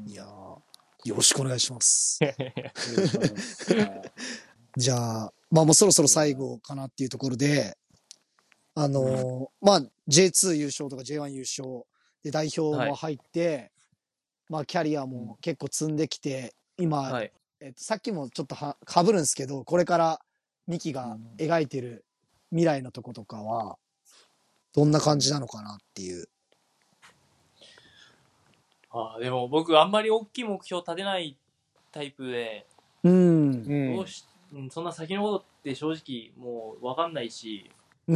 Speaker 2: いやーよろしくお願いします。
Speaker 5: 当に。
Speaker 2: じゃあ、まあもうそろそろ最後かなっていうところで、あのーまあ J2 優勝とか J1 優勝で代表も入って、まあキャリアも結構積んできて、今、
Speaker 5: はい。
Speaker 2: えっと、さっきもちょっとは被るんですけど、これからミキが描いてる未来のとことかは、どんな感じなのかなっていう。
Speaker 5: あーでも僕、あんまり大きい目標立てないタイプで、
Speaker 2: うん。
Speaker 3: うん
Speaker 5: どうしうんそんな先のことって正直もう分かんないし、
Speaker 3: う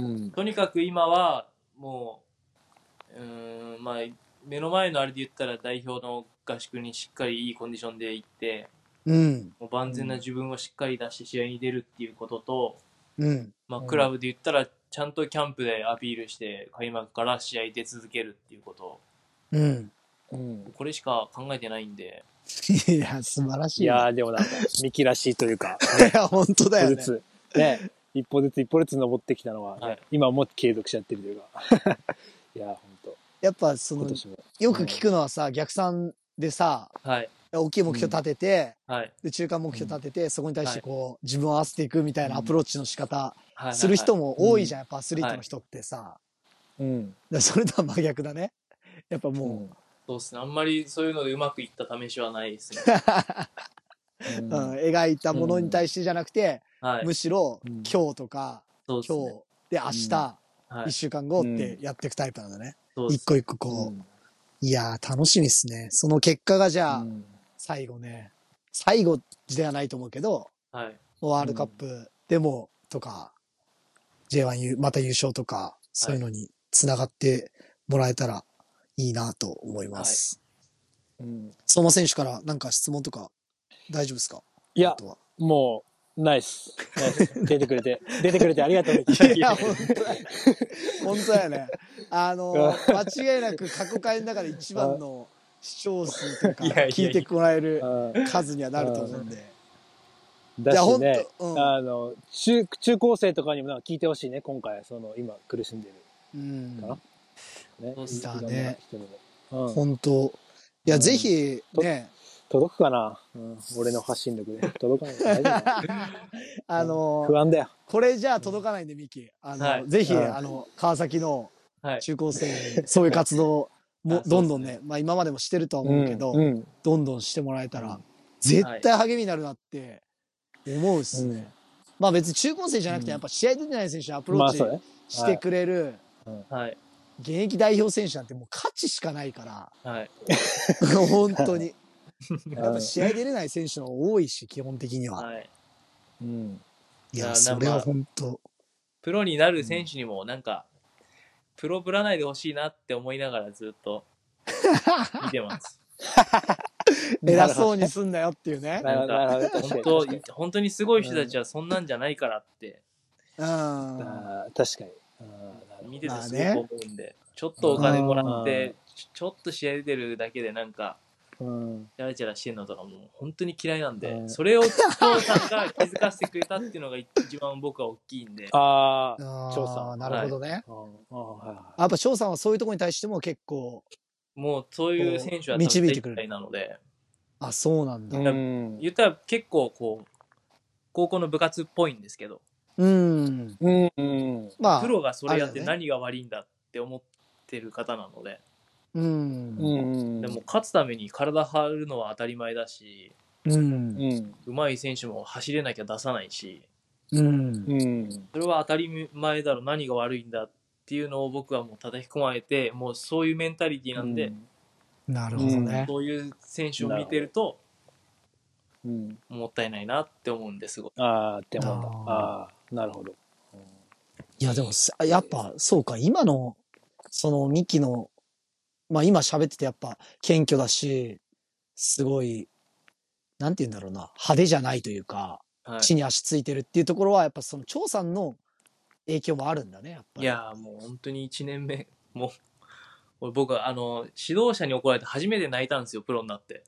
Speaker 3: ん。
Speaker 5: とにかく今はもう、うーん、まあ、目の前のあれで言ったら代表の合宿にしっかりいいコンディションで行って、
Speaker 2: うん。
Speaker 5: もう万全な自分をしっかり出して試合に出るっていうことと、
Speaker 2: うん。
Speaker 5: まあ、クラブで言ったらちゃんとキャンプでアピールして開幕から試合出続けるっていうこと、
Speaker 2: うん。
Speaker 3: うん
Speaker 5: これしか考えてないんで、
Speaker 2: いや、素晴らしい。
Speaker 3: いやー、でもなんか、ミキらしいというか、
Speaker 2: いや、本当だ
Speaker 3: 一歩
Speaker 2: よ
Speaker 3: ず
Speaker 2: ね。
Speaker 3: つ、ね、一歩ずつ一歩ずつ登ってきたのはね、
Speaker 5: はい
Speaker 3: 今も継続しちゃってるというか。 いやー、ほんと、
Speaker 2: やっぱ、そ
Speaker 3: 今
Speaker 2: の、
Speaker 3: 年も。
Speaker 2: よく聞くのはさ、逆算でさ、
Speaker 5: はい、
Speaker 2: 大きい目標立てて、
Speaker 5: はい、
Speaker 2: で中間目標立てて、そこに対してこう、自分を合わせていくみたいなアプローチの仕方
Speaker 5: はい。
Speaker 2: する人
Speaker 5: も。
Speaker 2: も多いじゃん、やっぱアスリートの人ってさ。
Speaker 3: うん。
Speaker 2: だからそれとは真逆だね。 やっぱもう、
Speaker 5: そうですね。あんまりそういうのでうまくいった試しはないですね。
Speaker 3: うん
Speaker 2: うん描いたものに対してじゃなくて、
Speaker 5: は い
Speaker 2: む。しろ
Speaker 3: うん
Speaker 2: 今日とか、
Speaker 5: そうです
Speaker 2: 今
Speaker 5: ね。
Speaker 2: 日で明日、
Speaker 5: は
Speaker 2: 一
Speaker 5: い。
Speaker 2: 週間後ってやっていくタイプなんだね。
Speaker 5: そうで
Speaker 2: 一
Speaker 5: すね。
Speaker 2: 個一個こう。
Speaker 3: うん
Speaker 2: いやー、楽しみですね。その結果がじゃあ、
Speaker 3: うん
Speaker 2: 最後ね、最後ではないと思うけど、
Speaker 5: はい。
Speaker 2: ワールドカップでもとか、J1 優また優勝とか、そういうのにつながってもらえたらいいなと思います。
Speaker 3: うん
Speaker 2: 相馬選手からなんか質問とか大丈夫ですか
Speaker 3: い
Speaker 2: あ
Speaker 3: や、
Speaker 2: とは
Speaker 3: もう、ナイス。ナイス出てく れて、出てくれてありがとう、ミキ。
Speaker 2: いや、本当だよ。本当だよね。あの、間違いなく過去回の中で一番の視聴数というか、
Speaker 5: いやいやいや
Speaker 2: 聞いてもらえる
Speaker 3: うん
Speaker 2: 数にはなると思うんで。
Speaker 3: だ
Speaker 2: いや
Speaker 3: し
Speaker 2: 本
Speaker 3: ね、
Speaker 2: 当うん
Speaker 3: あの、中、中高生とかにもなんか聞いてほしいね、今回、その、今苦しんで
Speaker 2: うん
Speaker 3: か。なる。ね
Speaker 5: そうっすね
Speaker 2: だね。
Speaker 3: いろんな人にもうん
Speaker 2: 本当。いや、ぜひ、ね、
Speaker 3: 届くかな、うん俺の発信力で。届かない。大丈 夫かな
Speaker 2: あの
Speaker 3: 不、安だよ。
Speaker 2: これじゃ届かないんで、ミキ。あ
Speaker 5: は
Speaker 2: の、
Speaker 5: い
Speaker 2: ぜひ、
Speaker 3: うん
Speaker 2: あの、川崎の
Speaker 5: はい。
Speaker 2: 中高生にそういう活動も
Speaker 5: あ
Speaker 2: どんどん
Speaker 5: そう
Speaker 2: ね、まあ今までもしてるとは思うけ
Speaker 3: う
Speaker 2: ど、
Speaker 3: ん。
Speaker 2: どんどんしてもらえたら、絶対励みになるなって思うっすね。まあ別に中高生じゃなくて、やっぱ試合出てない選手にアプロ
Speaker 3: ま
Speaker 2: ー
Speaker 3: あ、そうね
Speaker 2: チ。してくれる、
Speaker 5: はい。
Speaker 2: 現役代表選手なんてもう価値しかないから、
Speaker 5: はい。
Speaker 2: 本当に。やっ
Speaker 3: う
Speaker 2: ぱ
Speaker 3: ん
Speaker 2: 試合出れない選手の方が多いし、基本的には。
Speaker 5: はい。
Speaker 3: うん。
Speaker 2: い
Speaker 5: い
Speaker 2: や、
Speaker 5: や
Speaker 2: それは本当。
Speaker 5: プロになる選手にも、なんか、プロぶらないでほしいなって思いながらずっ と見てます。
Speaker 2: 偉そうにすんなよっていう ね。
Speaker 3: なるほど、なるほど。
Speaker 5: 本
Speaker 3: 確かに。
Speaker 5: 当、本当にすごい人たちはそんなんじゃないからって、
Speaker 2: うん。あ
Speaker 3: あー確かに。あーなるほど
Speaker 5: 見てて
Speaker 2: まあ
Speaker 5: す
Speaker 2: ね
Speaker 5: ごく思うんで、ちょっとお金もらって、ちちょっと試合出てるだけでなんか、
Speaker 3: うん。
Speaker 5: チャラチャラしてんのとかもう本当に嫌いなん
Speaker 3: う
Speaker 5: で、
Speaker 3: ん
Speaker 5: それをお父さんが気づかせてくれたっていうのが一番僕は大きいんで、
Speaker 3: あー張さん
Speaker 2: あ、なるほどね。
Speaker 3: あー。あーはい
Speaker 2: やっぱ翔さんはそういうところに対しても結構、
Speaker 5: もうそういう選手は多
Speaker 2: 導
Speaker 5: 分
Speaker 2: いてくれる
Speaker 5: 絶対なので、
Speaker 2: あ、そうなんだ。
Speaker 3: はいうん。
Speaker 5: 言ったら結構こう、高校の部活っぽいんですけど、
Speaker 2: うん。
Speaker 3: うん。うん。
Speaker 2: まあ
Speaker 5: プ、ロがそれや
Speaker 2: あれ
Speaker 5: っ
Speaker 2: だ
Speaker 5: て
Speaker 2: ね
Speaker 5: 何が悪いんだって思ってる方なので、
Speaker 2: うん。
Speaker 3: うん。
Speaker 5: でも、勝つために体張るのは当たり前だし、
Speaker 2: うん。
Speaker 3: うん。
Speaker 5: 上手い選手も走れなきゃ出さないし、
Speaker 2: うん。
Speaker 3: うん。
Speaker 5: それは当たり前だろ、何が悪いんだっていうのを僕はもう叩き込まれて、もうそういうメンタリティーなんで、
Speaker 2: なるほどね。
Speaker 5: そういう選手を見てると、
Speaker 3: うん。うん。
Speaker 5: もったいないなって思うんですごい。
Speaker 3: ああ、って思うんだ。
Speaker 2: あ
Speaker 3: ああー、なるほど。
Speaker 2: いや、でもさ、やっぱ、そうか、今の、その、ミキの、まあ今喋っててやっぱ、謙虚だし、すごい、なんて言うんだろうな、派手じゃないというか、
Speaker 5: はい
Speaker 2: 地に足ついてるっていうところは、やっぱその張さんの影響もあるんだね、やっぱ
Speaker 5: い
Speaker 2: り。
Speaker 5: やーもう本当に1年目もう俺僕はあの指導者に怒られて初めて泣いたんですよプロになって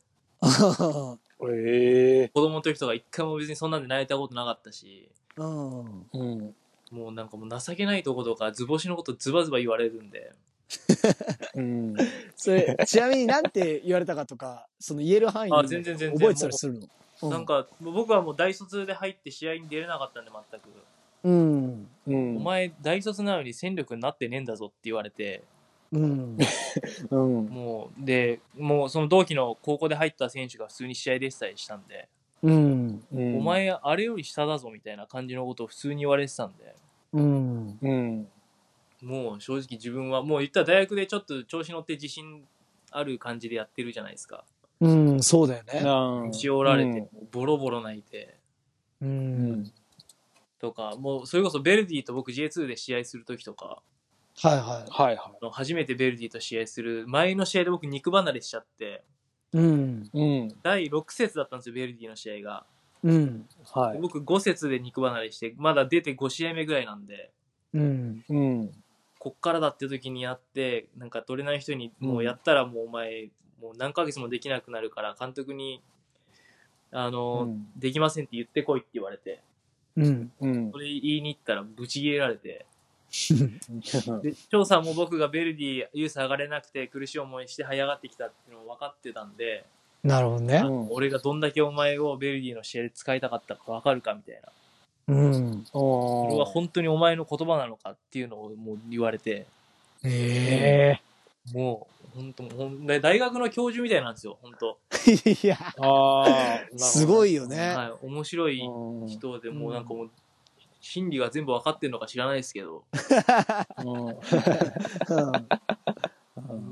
Speaker 3: ええ
Speaker 5: 子供の時とか一回も別にそんなんで泣いたことなかったし
Speaker 2: うん。
Speaker 3: うん。
Speaker 5: もうなんかもう情けないとことか図星のことズバズバ言われるんで
Speaker 3: うん。
Speaker 2: それ、ちなみになんて言われたかとか、その言える範囲
Speaker 5: あ全然全然
Speaker 2: 覚えてたりするの。う
Speaker 5: なんか僕はもう大卒で入って試合に出れなかったんで全く、
Speaker 2: うん。
Speaker 3: うん。
Speaker 5: お前大卒なのに戦力になってねえんだぞって言われて
Speaker 2: うん。
Speaker 3: うん。
Speaker 5: もうでもうその同期の高校で入った選手が普通に試合でしたりしたんで、
Speaker 2: うん。
Speaker 3: うん
Speaker 5: お。前あれより下だぞみたいな感じのことを普通に言われてたんで
Speaker 2: うん。
Speaker 3: うん。
Speaker 5: もう正直自分はもう言ったら大学でちょっと調子乗って自信ある感じでやってるじゃないですか
Speaker 2: うん、そうだよね。
Speaker 3: なん
Speaker 5: しおられて、ボロボロ泣いて
Speaker 2: う。
Speaker 3: うんん。
Speaker 5: とかもうそれこそベルディと僕 J2 で試合する時とか
Speaker 2: はいは
Speaker 3: はいは
Speaker 5: あの初めてベルディと試合する前の試合で僕肉離れしちゃって
Speaker 2: い。うん。
Speaker 3: い。うん。
Speaker 5: 第6節だったんですよベルディの試合が
Speaker 2: うん。
Speaker 3: はい。
Speaker 5: 僕5節で肉離れしてまだ出て5試合目ぐらいなんで
Speaker 2: うん。
Speaker 3: うん。
Speaker 5: こっからだって時にやってなんか取れない人にもうやったらもうお前もう何ヶ月もできなくなるから監督にあの、
Speaker 3: うん
Speaker 5: できませんって言ってこいって言われて
Speaker 2: うん。
Speaker 3: うん
Speaker 5: そ。れ言いに行ったらブチ切れられて
Speaker 3: う
Speaker 5: で張さんも僕がベルディユース上がれなくて苦しい思いして這い上がってきたっていうのを分かってたんで、
Speaker 2: なるほどね。
Speaker 3: ん。
Speaker 5: 俺がどんだけお前をベルディの試合で使いたかったか分かるかみたいな
Speaker 2: うん。
Speaker 5: それは
Speaker 3: お
Speaker 5: 本当にお前の言葉なのかっていうのをもう言われて
Speaker 2: え
Speaker 5: もう本当ほんで大学の教授みたいなんですよ本当
Speaker 2: え。いや、
Speaker 3: ああ。
Speaker 2: すご
Speaker 3: い。
Speaker 2: いよね。
Speaker 5: はい、面白い
Speaker 3: うん。
Speaker 5: 人で
Speaker 2: ん
Speaker 5: もうなんかもう心理が全部分かってるのか知らないですけど、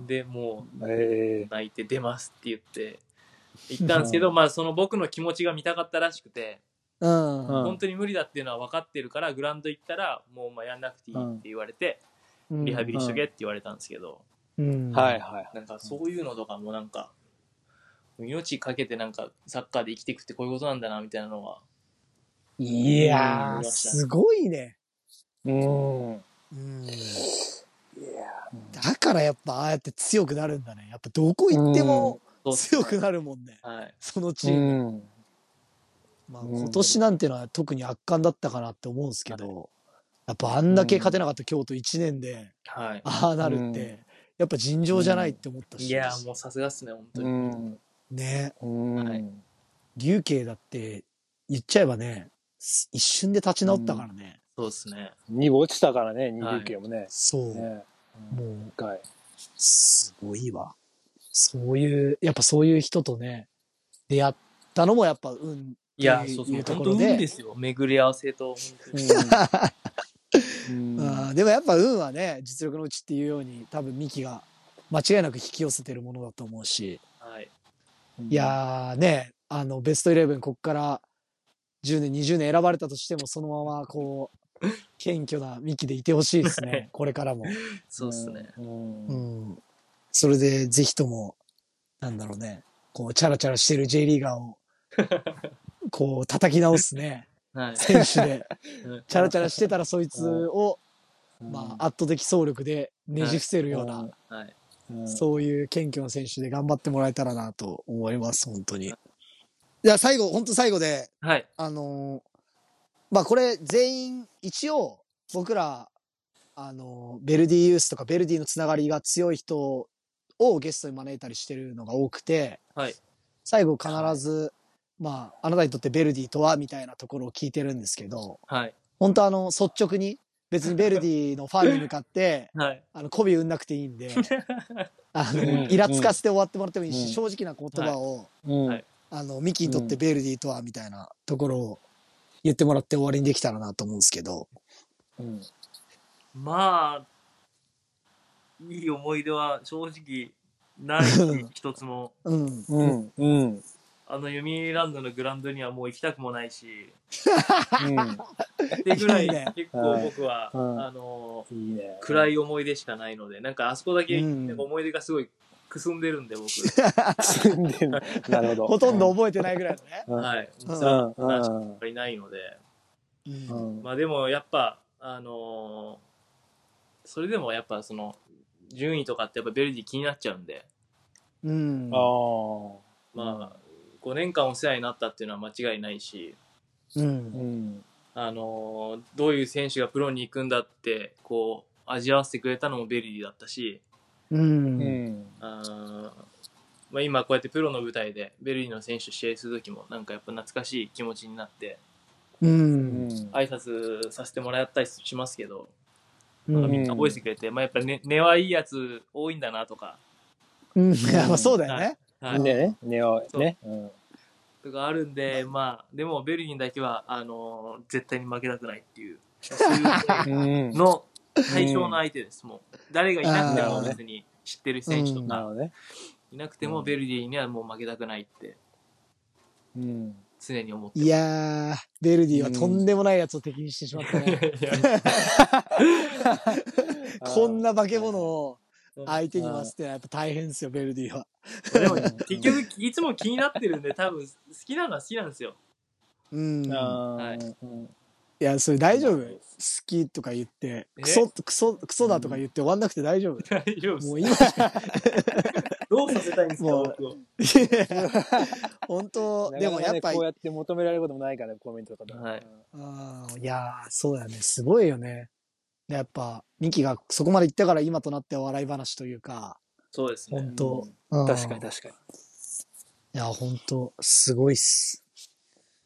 Speaker 5: でも
Speaker 3: え
Speaker 5: う泣いて出ますって言って行ったんですけど、まあその僕の気持ちが見たかったらしくて、
Speaker 2: うん。
Speaker 3: うん
Speaker 5: 本当に無理だっていうのは分かってるからグラウンド行ったらもうまあやんなくていいって言われて、
Speaker 2: うん。
Speaker 5: リハビリしとけって言われたんですけど、
Speaker 2: うん。
Speaker 3: え。はい。はい。
Speaker 5: なんかそういうのとかもなんか命かけてなんかサッカーで生きていくってこういうことなんだなみたいなのはい
Speaker 2: やー、すごいね。
Speaker 3: うん。
Speaker 2: うん。だからやっぱああやって強くなるんだね。やっぱどこ行っても
Speaker 5: そうっすね
Speaker 2: 強くなるもんね。
Speaker 5: はい、
Speaker 2: そのチ
Speaker 3: う
Speaker 2: ーム。
Speaker 3: ん。
Speaker 2: まあ
Speaker 3: うん
Speaker 2: 今年なんてのは特に圧巻だったかなって思うんですけど、やっぱあんだけ勝てなかった京都1年で、
Speaker 5: はい、
Speaker 2: ああなるって、
Speaker 3: うん
Speaker 2: やっぱ尋常じゃないって思ったし。
Speaker 5: いやーもうさすがっすね本当
Speaker 3: う
Speaker 5: に、
Speaker 3: ん。
Speaker 2: ね。
Speaker 3: うん。
Speaker 2: 龍慶だって言っちゃえばね、す一瞬で立ち直ったからね。
Speaker 5: そうですね
Speaker 3: 二部落ちたからね、二部系もね。
Speaker 2: そう。
Speaker 3: ね。うん
Speaker 2: もう、
Speaker 3: 一回。
Speaker 2: すごいわ。そういう、やっぱそういう人とね、出会ったのもやっぱ運。
Speaker 5: いやーそう
Speaker 2: い
Speaker 5: そうう
Speaker 2: とこ
Speaker 5: 本
Speaker 2: ろ
Speaker 5: 当
Speaker 2: で
Speaker 5: 運ですよ巡り合わせと本当に
Speaker 3: うん。
Speaker 2: あーでもやっぱ運はね、実力のうちっていうように、多分ミキが間違いなく引き寄せてるものだと思うし。
Speaker 5: はい
Speaker 3: うん
Speaker 2: い、やーね、あの、ベストイレブン、こっから10年、20年選ばれたとしても、そのままこう、謙虚なミキでいてほしいですね。これからも。
Speaker 5: そうっすね、
Speaker 3: うん。
Speaker 2: うん。それで、ぜひとも、なんだろうね、こう、チャラチャラしてる J リーガー を、こう、叩き直すね、
Speaker 5: はい
Speaker 2: 選手で。
Speaker 5: うん
Speaker 2: チャラチャラしてたらそいつを、まあ、圧倒的総力でねじ伏せるような、
Speaker 5: はい
Speaker 3: うん、
Speaker 2: そういう謙虚な選手で頑張ってもらえたらなと思います、本当に。いや、最後、本当最後で、
Speaker 5: はい
Speaker 2: あのーまあこれ全員一応僕らあのーベルディユースとかベルディのつながりが強い人をゲストに招いたりしてるのが多くて
Speaker 5: はい
Speaker 2: 最後必ず、まああなたにとってベルディとはみたいなところを聞いてるんですけど
Speaker 5: はい
Speaker 2: 本当あの率直に別にベルディのファンに向かって
Speaker 5: はい
Speaker 2: あの、媚び売んなくていいんで、あ
Speaker 3: うん
Speaker 2: の、イラつかせて終わってもらってもいいし、
Speaker 3: うん
Speaker 2: 正直な言葉を、
Speaker 3: うん
Speaker 5: はい
Speaker 2: あの、ミキにとってベルディとは、みたいなところを言ってもらって終わりにできたらなと思うんですけど。
Speaker 3: うん
Speaker 5: まあいい思い出は正直ないし一つも
Speaker 2: うん。
Speaker 3: うん。うん。
Speaker 5: あの、ユミランドのグラウンドにはもう行きたくもないし、
Speaker 3: うん
Speaker 5: ってぐら
Speaker 2: いい
Speaker 5: い
Speaker 2: ね
Speaker 5: 結構僕は、
Speaker 3: うん
Speaker 5: あの、
Speaker 3: いいね。
Speaker 5: 暗
Speaker 3: い。
Speaker 5: い思い出しかないので、なんかあそこだけ
Speaker 2: うん
Speaker 5: 思い出がすごいくすんでるんで、僕。
Speaker 3: 住んでんのなるほど。
Speaker 2: ほとんど覚えてないぐらいのね。
Speaker 5: はい。
Speaker 2: うん
Speaker 3: うん。う
Speaker 5: 話
Speaker 3: ん。
Speaker 5: がいないので。
Speaker 2: うん
Speaker 3: うん。
Speaker 5: まあでもやっぱ、あのーそれでもやっぱその、順位とかってやっぱベルディ気になっちゃうんで、
Speaker 2: うん
Speaker 3: あ。あ。
Speaker 5: まあ、5年間お世話になったっていうのは間違いないし、
Speaker 2: うん。
Speaker 3: うん。
Speaker 5: あのーどういう選手がプロに行くんだって、こう、味わわせてくれたのもベルディだったし、
Speaker 2: う。
Speaker 3: うんん。
Speaker 5: あーまあ、今こうやってプロの舞台でベルディの選手と試合する時もなんかやっぱ懐かしい気持ちになって
Speaker 2: う。
Speaker 3: うんん。
Speaker 5: 挨拶させてもらったりしますけど、
Speaker 2: う
Speaker 5: なんかみ
Speaker 2: ん。
Speaker 5: んな覚えてくれて、まあ、やっぱね根はいいやつ多いんだなとか、
Speaker 2: うん。やっぱそうだよね。
Speaker 5: はい
Speaker 3: でね、ネオ
Speaker 5: そう
Speaker 3: ね。うん。
Speaker 5: とかあるんで、まあ、でもベルギーだけは、あのー絶対に負けたくないっていう、そういう
Speaker 3: うん
Speaker 5: の対象の相手です、もう。誰がいなくて
Speaker 2: あ
Speaker 5: も
Speaker 2: ー
Speaker 5: 別に知ってる選手と
Speaker 3: なる
Speaker 5: か、
Speaker 3: ほどね。
Speaker 5: いなくてもベルギーにはもう負けたくないって
Speaker 3: うん。
Speaker 5: 常に思って
Speaker 2: いやー、ベルディはとんでもないやつを敵にしてしまったね。 こんな化け物を相手に回すってのはやっぱ大変ですよ、ベルディは。
Speaker 5: でも結局いつも気になってるんで多分好きなのは好きなんですよ。
Speaker 2: うん。い
Speaker 3: あ
Speaker 5: はい
Speaker 3: ー
Speaker 2: や、それ大丈夫。好きとか言って、クソ、クソ、クソだとか言って終わんなくて大丈夫。
Speaker 5: 大丈夫です
Speaker 2: もう今しか、
Speaker 5: どうさせたいんですか
Speaker 2: もう
Speaker 5: 僕を。
Speaker 2: 本当、
Speaker 3: なかなかね
Speaker 2: でもやっぱ、
Speaker 3: こうやって求められることもないから、コメントとかで。
Speaker 5: はい
Speaker 2: うんいやー、そうだよね。すごいよね。でやっぱ、ミキがそこまで行ったから今となっては笑い話というか、
Speaker 5: そうですね。
Speaker 2: 本当、うん
Speaker 3: 確かに確かに。
Speaker 2: いや、本当すごいっす。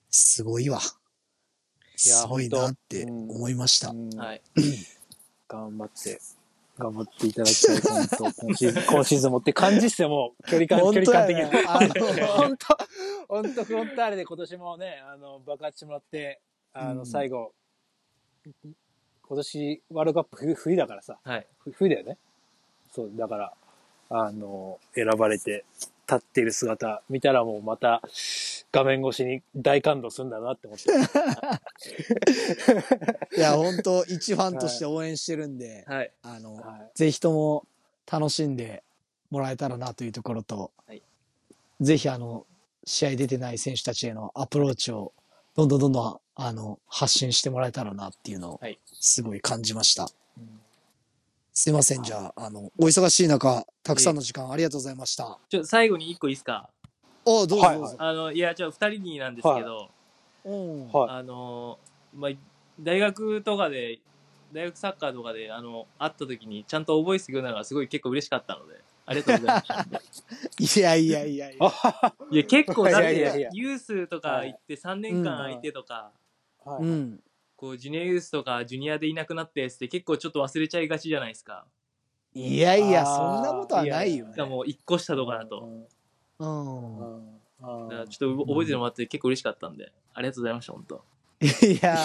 Speaker 2: すごいわ。
Speaker 3: いや
Speaker 2: すごいなって
Speaker 3: ほんとうん
Speaker 2: 思いました。
Speaker 3: うん
Speaker 5: はい。
Speaker 3: 頑張って、頑張っていただきたい、本当今シーズン、今シーズンもって感じっすよ、もう、距離感、距
Speaker 2: 本
Speaker 3: 離
Speaker 2: 当
Speaker 3: 感
Speaker 2: だ
Speaker 3: 的
Speaker 2: よ
Speaker 3: に。
Speaker 2: ねあの
Speaker 3: 本当本当フロンターレで今年もね、あの、爆発してもらって、あ
Speaker 2: う
Speaker 3: の、
Speaker 2: ん
Speaker 3: 最後、今年、ワールドカップ冬冬だからさ、
Speaker 5: はい。
Speaker 3: ふ冬だよね。そう、だから、あの、選ばれて、立っている姿見たらもうまた、画面越しに大感動するんだなって 思って。
Speaker 2: いや、本当一ファンとして応援してるんで、
Speaker 5: はい。
Speaker 2: あの、
Speaker 3: はい
Speaker 2: ぜひとも楽しんでもらえたらなというところと、
Speaker 5: はい
Speaker 2: ぜひあの、試合出てない選手たちへのアプローチを、どんどんどんどん、あの、発信してもらえたらなっていうのを
Speaker 5: はい、
Speaker 2: すごい感じました。すいません、じゃあ、あの、お忙しい中、たくさんの時間ありがとうございました。
Speaker 5: ちょ最後に一個いいですか
Speaker 2: おどうぞ
Speaker 3: はい
Speaker 2: どうぞ。
Speaker 5: あの、いや、ちょ、二人になんですけど、
Speaker 2: うん
Speaker 3: はい
Speaker 5: あの、まあ、大学とかで、大学サッカーとかで、あの、会った時にちゃんと覚えてくれるのがすごい結構嬉しかったので、ありがとうございまし
Speaker 2: いや
Speaker 5: た。
Speaker 2: いやいやいや。
Speaker 5: いや、結構だっ
Speaker 3: いやいやい
Speaker 5: て
Speaker 3: や、
Speaker 5: ユースとか行って3年間相手とか、
Speaker 3: は
Speaker 2: う
Speaker 3: い。
Speaker 2: ん。
Speaker 5: こう、ジュニアユースとかジュニアでいなくなってって結構ちょっと忘れちゃいがちじゃないですか。
Speaker 2: いやいや、
Speaker 3: あ
Speaker 2: そん
Speaker 3: ー
Speaker 2: なことはないよ
Speaker 5: し
Speaker 2: ね。
Speaker 5: かも1個下とかだと。
Speaker 2: うん。
Speaker 5: だからちょっと覚えてもらって結構嬉しかったんで、ありがとうございました、本当
Speaker 2: いや、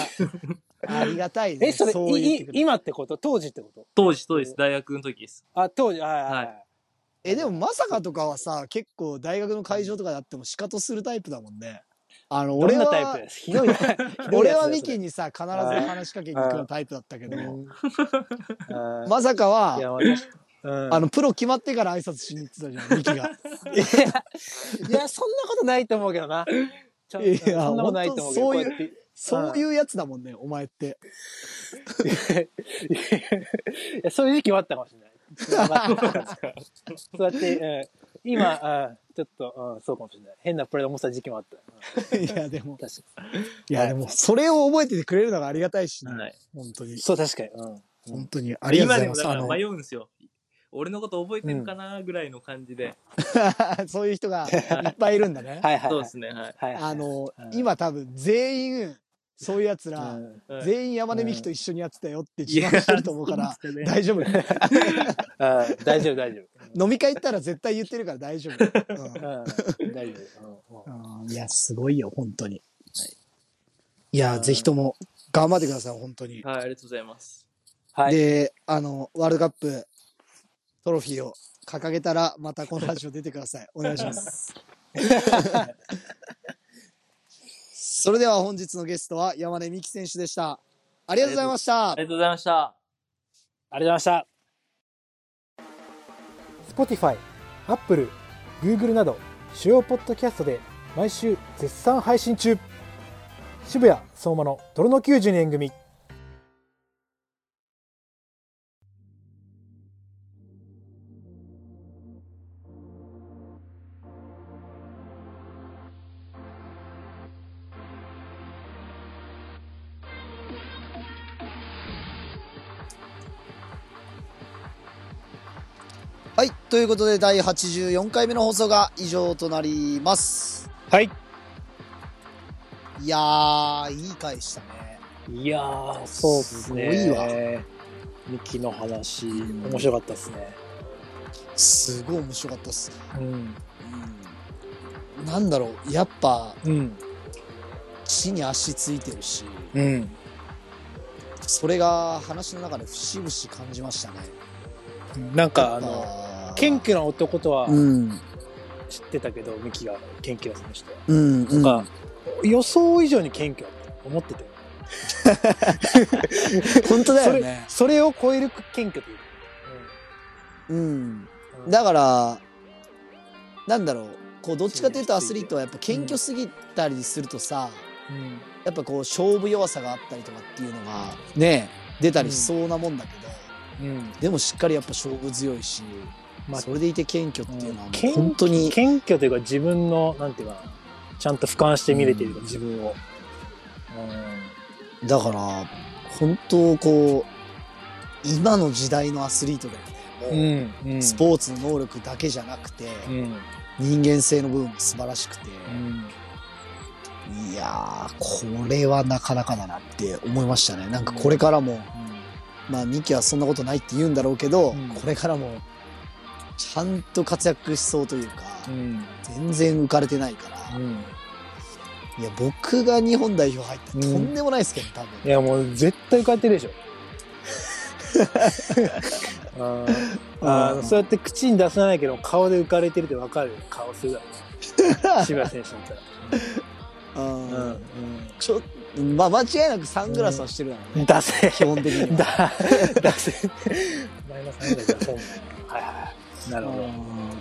Speaker 2: ありがたいね。
Speaker 1: え、それ、
Speaker 2: う言
Speaker 1: いい
Speaker 2: ってくれる
Speaker 1: 今ってこと当時ってこと
Speaker 5: 当時、そうです。大学の時です。
Speaker 1: あ、当時、はいはいはい。
Speaker 2: え、でもまさかとかはさ、結構大学の会場とかであっても仕方するタイプだもんね。あの、俺
Speaker 1: どんなタイプ
Speaker 2: は、
Speaker 1: ですひ どい。ひどいやつだ
Speaker 2: 俺はミキ
Speaker 1: それ
Speaker 2: にさ、必ず話しかけに行くようなタイプだったけど、
Speaker 3: あ
Speaker 2: まさか
Speaker 3: ーいや
Speaker 2: は、
Speaker 3: まあ
Speaker 2: あの、プロ決まってから挨拶しに行ってたじゃん、ミキが。
Speaker 1: いや、そんなことないと思うけどな。ちゃん
Speaker 2: いや
Speaker 1: そんなことないと思うけど、こう
Speaker 2: 本当そういう
Speaker 1: やって。
Speaker 2: そういうやつだもんね、お 前って。
Speaker 1: いやそういう時期はあったかもしれない。そうやって、うん、今、うんちょっと、うん、そうかもしれない。変なプレーを持ってた時期もあった。うん
Speaker 2: いや、でも、
Speaker 1: 確か
Speaker 2: いや、でも、それを覚えててくれるのがありがたいしね、
Speaker 5: はい
Speaker 2: 本当に
Speaker 1: に。そう、確かに。うん
Speaker 2: 本当に、ありがとうございます。
Speaker 5: 今
Speaker 2: あ
Speaker 5: でもだ
Speaker 2: の
Speaker 5: から迷うんですよ。俺のこと覚えてるかなぐらいの感じで。
Speaker 2: そういう人がいっぱいいるんだ
Speaker 1: はい
Speaker 2: ね。
Speaker 1: はいはい。
Speaker 5: そうですね、はい。
Speaker 1: はいはい
Speaker 2: あの、
Speaker 1: うん
Speaker 2: 今多分全員、そういう奴
Speaker 3: う
Speaker 2: ら、
Speaker 3: ん
Speaker 5: うん
Speaker 2: 全員山根美樹と一緒にやってたよって自慢してると思うから、大丈夫。
Speaker 1: あ大丈夫、大丈
Speaker 2: 飲み会行ったら絶対言ってるから大丈 夫。
Speaker 1: 夫。うん大丈夫。うん
Speaker 2: うんうんいや、すごいよ、本当に。いや、ぜひとも頑張ってください、本当に。
Speaker 5: はい、ありがとうございます。
Speaker 1: はい。
Speaker 2: で、あの、ワールドカップトロフィーを掲げたら、またこのラジオ出てください。お願いします。それでは本日のゲストは山根美樹選手でした。ありがとうございました
Speaker 5: あ。りがとうございました。
Speaker 1: ありがとうございました。Spotify、 Apple、Google など主要ポッドキャストで毎週絶賛配信中渋谷相馬の泥の92年組
Speaker 2: はい。ということで、第84回目の放送が以上となります。
Speaker 1: はい。
Speaker 2: いやー、いい回したね。
Speaker 1: いやーそうですね
Speaker 2: すごいわ
Speaker 1: ミキの話面白かったですね
Speaker 2: すごい面白かったっす。
Speaker 1: うん
Speaker 2: うん。なんだろう、やっぱ、
Speaker 1: うん
Speaker 2: 地に足ついてるし、
Speaker 1: うん
Speaker 2: それが話の中で節々感じましたね。
Speaker 1: なんかあ
Speaker 2: やっ
Speaker 1: の
Speaker 2: ぱ
Speaker 1: 謙虚な男とは
Speaker 2: うん。
Speaker 1: 知ってたけど、ミキが謙虚な選手とは
Speaker 2: うん。うん
Speaker 1: なんか、予想以上に謙虚だった思ってて
Speaker 2: 本当だ
Speaker 1: そ
Speaker 2: よ
Speaker 1: れ
Speaker 2: ね。
Speaker 1: それを超える謙虚というか、
Speaker 2: うん。
Speaker 1: うん
Speaker 2: だから、なんだろう、こう、どっちかというとアスリートはやっぱ謙虚すぎたりするとさ、
Speaker 1: うん
Speaker 2: やっぱこう、勝負弱さがあったりとかっていうのが、ね、出たりしそうなもんだけど、
Speaker 1: うん
Speaker 2: でもしっかりやっぱ勝負強いし、
Speaker 1: まあ
Speaker 2: それでいて謙虚っていうのはも
Speaker 1: 謙
Speaker 2: う本当に、
Speaker 1: 謙虚というか自分のなんていうかなちゃんと俯瞰して見れている、自分を、
Speaker 2: だから、本当こう、今の時代のアスリートだよ
Speaker 1: う
Speaker 2: ね。
Speaker 1: ん
Speaker 2: も
Speaker 1: う
Speaker 2: うんスポーツの能力だけじゃなくて、
Speaker 1: うん
Speaker 2: 人間性の部分も素晴らしくて、
Speaker 1: うん
Speaker 2: いやー、これはなかなかだなって思いましたね。なんかこれからも、まあ、ミキはそんなことないって言うんだろうけど、
Speaker 1: うん
Speaker 2: これからも、ちゃんと活躍しそうというか、
Speaker 1: うん
Speaker 2: 全然浮かれてないから、
Speaker 1: うん
Speaker 2: いや、僕が日本代表入ったらとんでもないですけど、多
Speaker 1: い
Speaker 2: 分。
Speaker 1: やもう絶対浮かれて るでしょあーあー
Speaker 2: うん
Speaker 1: そうやって口に出さないけど顔で浮かれてるって分かる顔するだろうね渋谷選手だったら
Speaker 2: うん
Speaker 1: うん
Speaker 2: ちょまあ、間違いなくサングラスはしてるだろうね。
Speaker 1: 出せ
Speaker 2: 基本的には。
Speaker 1: だ出せマイナスなんだけどそうなんだはいはいなるほど
Speaker 2: うん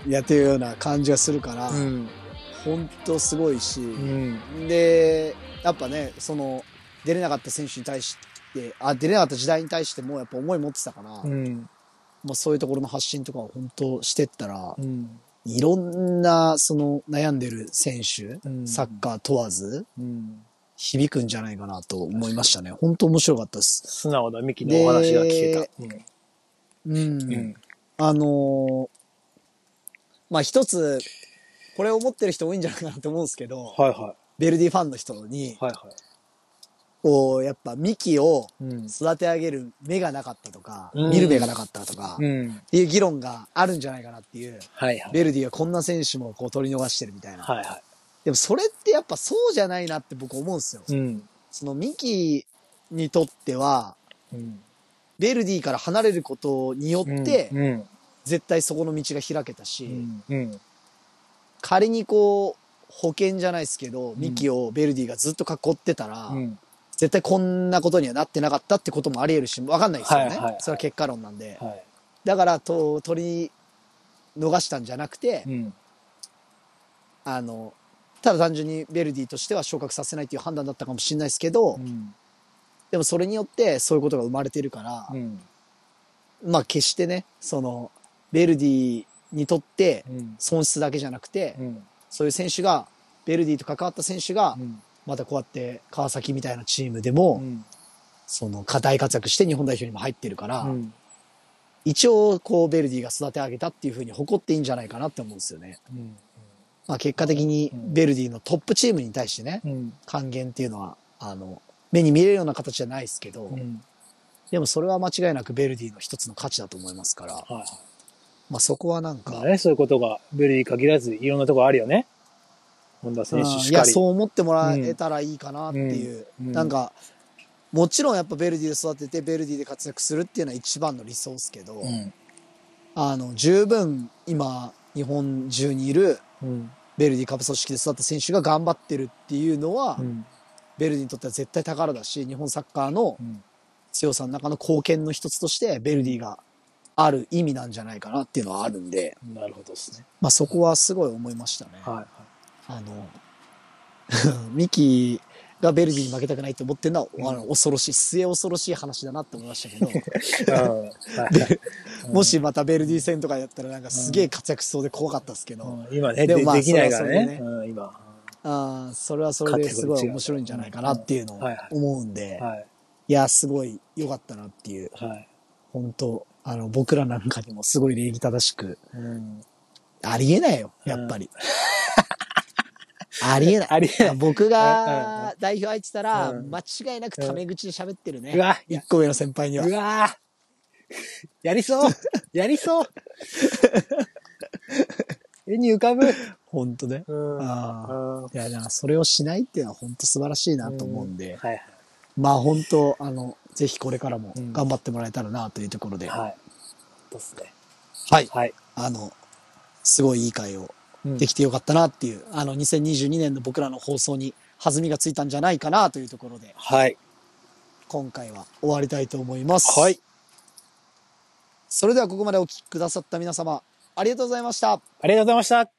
Speaker 2: いや、というような感じがするから、
Speaker 1: ん
Speaker 2: ほんとすごいし、
Speaker 1: うん
Speaker 2: でやっぱねその出れなかった選手に対してあ出れなかった時代に対してもやっぱ思い持ってたから、
Speaker 1: うん
Speaker 2: まあ、そういうところの発信とかを本当してったら
Speaker 1: うん
Speaker 2: いろんなその悩んでる選手、
Speaker 1: うん
Speaker 2: サッカー問わず
Speaker 1: うん
Speaker 2: 響くんじゃないかなと思いましたね本当面白かったです。
Speaker 1: 素直なミキのお話が聞けた
Speaker 2: で。うんあのーまあ一つこれ思ってる人多いんじゃないかなと思うんですけど、
Speaker 1: はいは
Speaker 2: ベルディファンの人に
Speaker 1: い。はいは
Speaker 2: こうやっぱミキを
Speaker 1: い。うん。
Speaker 2: 育て上げる目がなかったとか、
Speaker 1: うん
Speaker 2: 見る目がなかったとか、っ
Speaker 1: うん。
Speaker 2: ていう議論があるんじゃないかなっていう。
Speaker 1: はいはい。
Speaker 2: ベルディはこんな選手もこう取り逃してるみたいな。
Speaker 1: はいは
Speaker 2: でもそれってやっぱそうじゃないなって僕思うんですよ。
Speaker 1: い。うん。
Speaker 2: そのミキにとっては、
Speaker 1: うん。
Speaker 2: ベルディから離れることによって、
Speaker 1: うん。
Speaker 2: 絶対そこの道が開けたし、
Speaker 1: うん。
Speaker 2: 仮にこう、保険じゃないですけど、ミキをベルディがずっと囲ってたら、
Speaker 1: うん。
Speaker 2: 絶対こんなことにはなってなかったってこともあり得るし、わかんないですよね。
Speaker 1: はいはい
Speaker 2: それは結果論なんで。
Speaker 1: はい。
Speaker 2: だからと取り逃したんじゃなくて、
Speaker 1: うん。
Speaker 2: あのただ単純にベルディとしては昇格させないという判断だったかもしれないですけど、
Speaker 1: うん。
Speaker 2: でもそれによってそういうことが生まれてるから
Speaker 1: う、ん。
Speaker 2: まあ決してねそのベルディにとって
Speaker 1: うん。
Speaker 2: 損失だけじゃなくて、
Speaker 1: うん。
Speaker 2: そういう選手がベルディと関わった選手が、
Speaker 1: うん。
Speaker 2: またこうやって川崎みたいなチームでも、
Speaker 1: うん。
Speaker 2: その大活躍して日本代表にも入ってるから、
Speaker 1: うん。
Speaker 2: 一応こうベルディが育て上げたっていうふうに誇っていいんじゃないかなって思うんですよね。
Speaker 1: うん。
Speaker 2: まあ、結果的に
Speaker 1: うん
Speaker 2: ベルディのトップチームに対してね、
Speaker 1: うん。
Speaker 2: 還元っていうのは、あの、目に見えるような形じゃないですけど、
Speaker 1: うん。
Speaker 2: でもそれは間違いなくベルディの一つの価値だと思いますから、
Speaker 1: はい。
Speaker 2: まあそこはなんか、
Speaker 1: まあね、そういうことが、ベルに限らず、いろんなとこあるよね。本田
Speaker 2: うん
Speaker 1: 選手し
Speaker 2: い
Speaker 1: か
Speaker 2: や、
Speaker 1: り。
Speaker 2: そう思ってもらえたらいいかなっていう、
Speaker 1: うんうん
Speaker 2: なんか、もちろんやっぱベルディで育てて、ベルディで活躍するっていうのは一番の理想ですけど、
Speaker 1: うん。
Speaker 2: あの、十分今、日本中にいる
Speaker 1: うん。
Speaker 2: ベルディ株組織で育った選手が頑張ってるっていうのは、
Speaker 1: うん。
Speaker 2: ベルディにとっては絶対宝だし、日本サッカーの
Speaker 1: うん
Speaker 2: 強さの中の貢献の一つとして、ベルディがある意味なんじゃないかなっていうのはあるんで、
Speaker 3: なるほどですね。
Speaker 2: まあそこはすごい思いましたね。
Speaker 3: はいはい。
Speaker 2: あの、 ミキがベルディに負けたくないって思ってるのは、あの恐ろしい、末恐ろしい話だなって思いました け
Speaker 3: うん
Speaker 2: ど、もしまたベルディ戦とかやったらなんかすげえ活躍しそうで怖かったですけど、
Speaker 3: うん今ね、
Speaker 2: で
Speaker 3: で
Speaker 2: もまあ
Speaker 3: できないからね。
Speaker 2: それはそ
Speaker 3: うん、今。
Speaker 2: あーそれはそれですごい面白いんじゃないかなっていうのを
Speaker 3: うんはいはい
Speaker 2: 思うんで、
Speaker 3: はい。
Speaker 2: いや、すごい良かったなっていう、
Speaker 3: はい。
Speaker 2: 本当あの、僕らなんかにもすごい礼儀正しく、
Speaker 3: うん
Speaker 2: ありえないよ、やっぱり。 ありえない。
Speaker 3: ありえな い。
Speaker 2: 僕
Speaker 3: うんうん
Speaker 2: が代表入ってたら、
Speaker 3: うん
Speaker 2: 間違いなくタメ口で喋ってるね。
Speaker 3: うわ
Speaker 2: 一個上の先輩には
Speaker 3: う。わぁやり そうやりそう
Speaker 1: 絵に浮かぶ。
Speaker 2: 本当ね。
Speaker 3: うん。うん
Speaker 2: ああ。
Speaker 3: はい
Speaker 2: や、だからそれをしないっていうのは本当素晴らしいなと思うんで、
Speaker 3: い。
Speaker 2: まあ本当あの、ぜひこれからも
Speaker 3: うん
Speaker 2: 頑張ってもらえたらなというところで、は
Speaker 3: はい。そうですね。
Speaker 2: い。
Speaker 3: はい。
Speaker 2: あの、すごいいい回を
Speaker 3: うん
Speaker 2: できてよかったなっていう、あの、2022年の僕らの放送に弾みがついたんじゃないかなというところで、
Speaker 3: はい。
Speaker 2: 今回は終わりたいと思います。
Speaker 3: はい。
Speaker 2: それではここまでお聞きくださった皆様、ありがとうございました。
Speaker 3: ありがとうございました。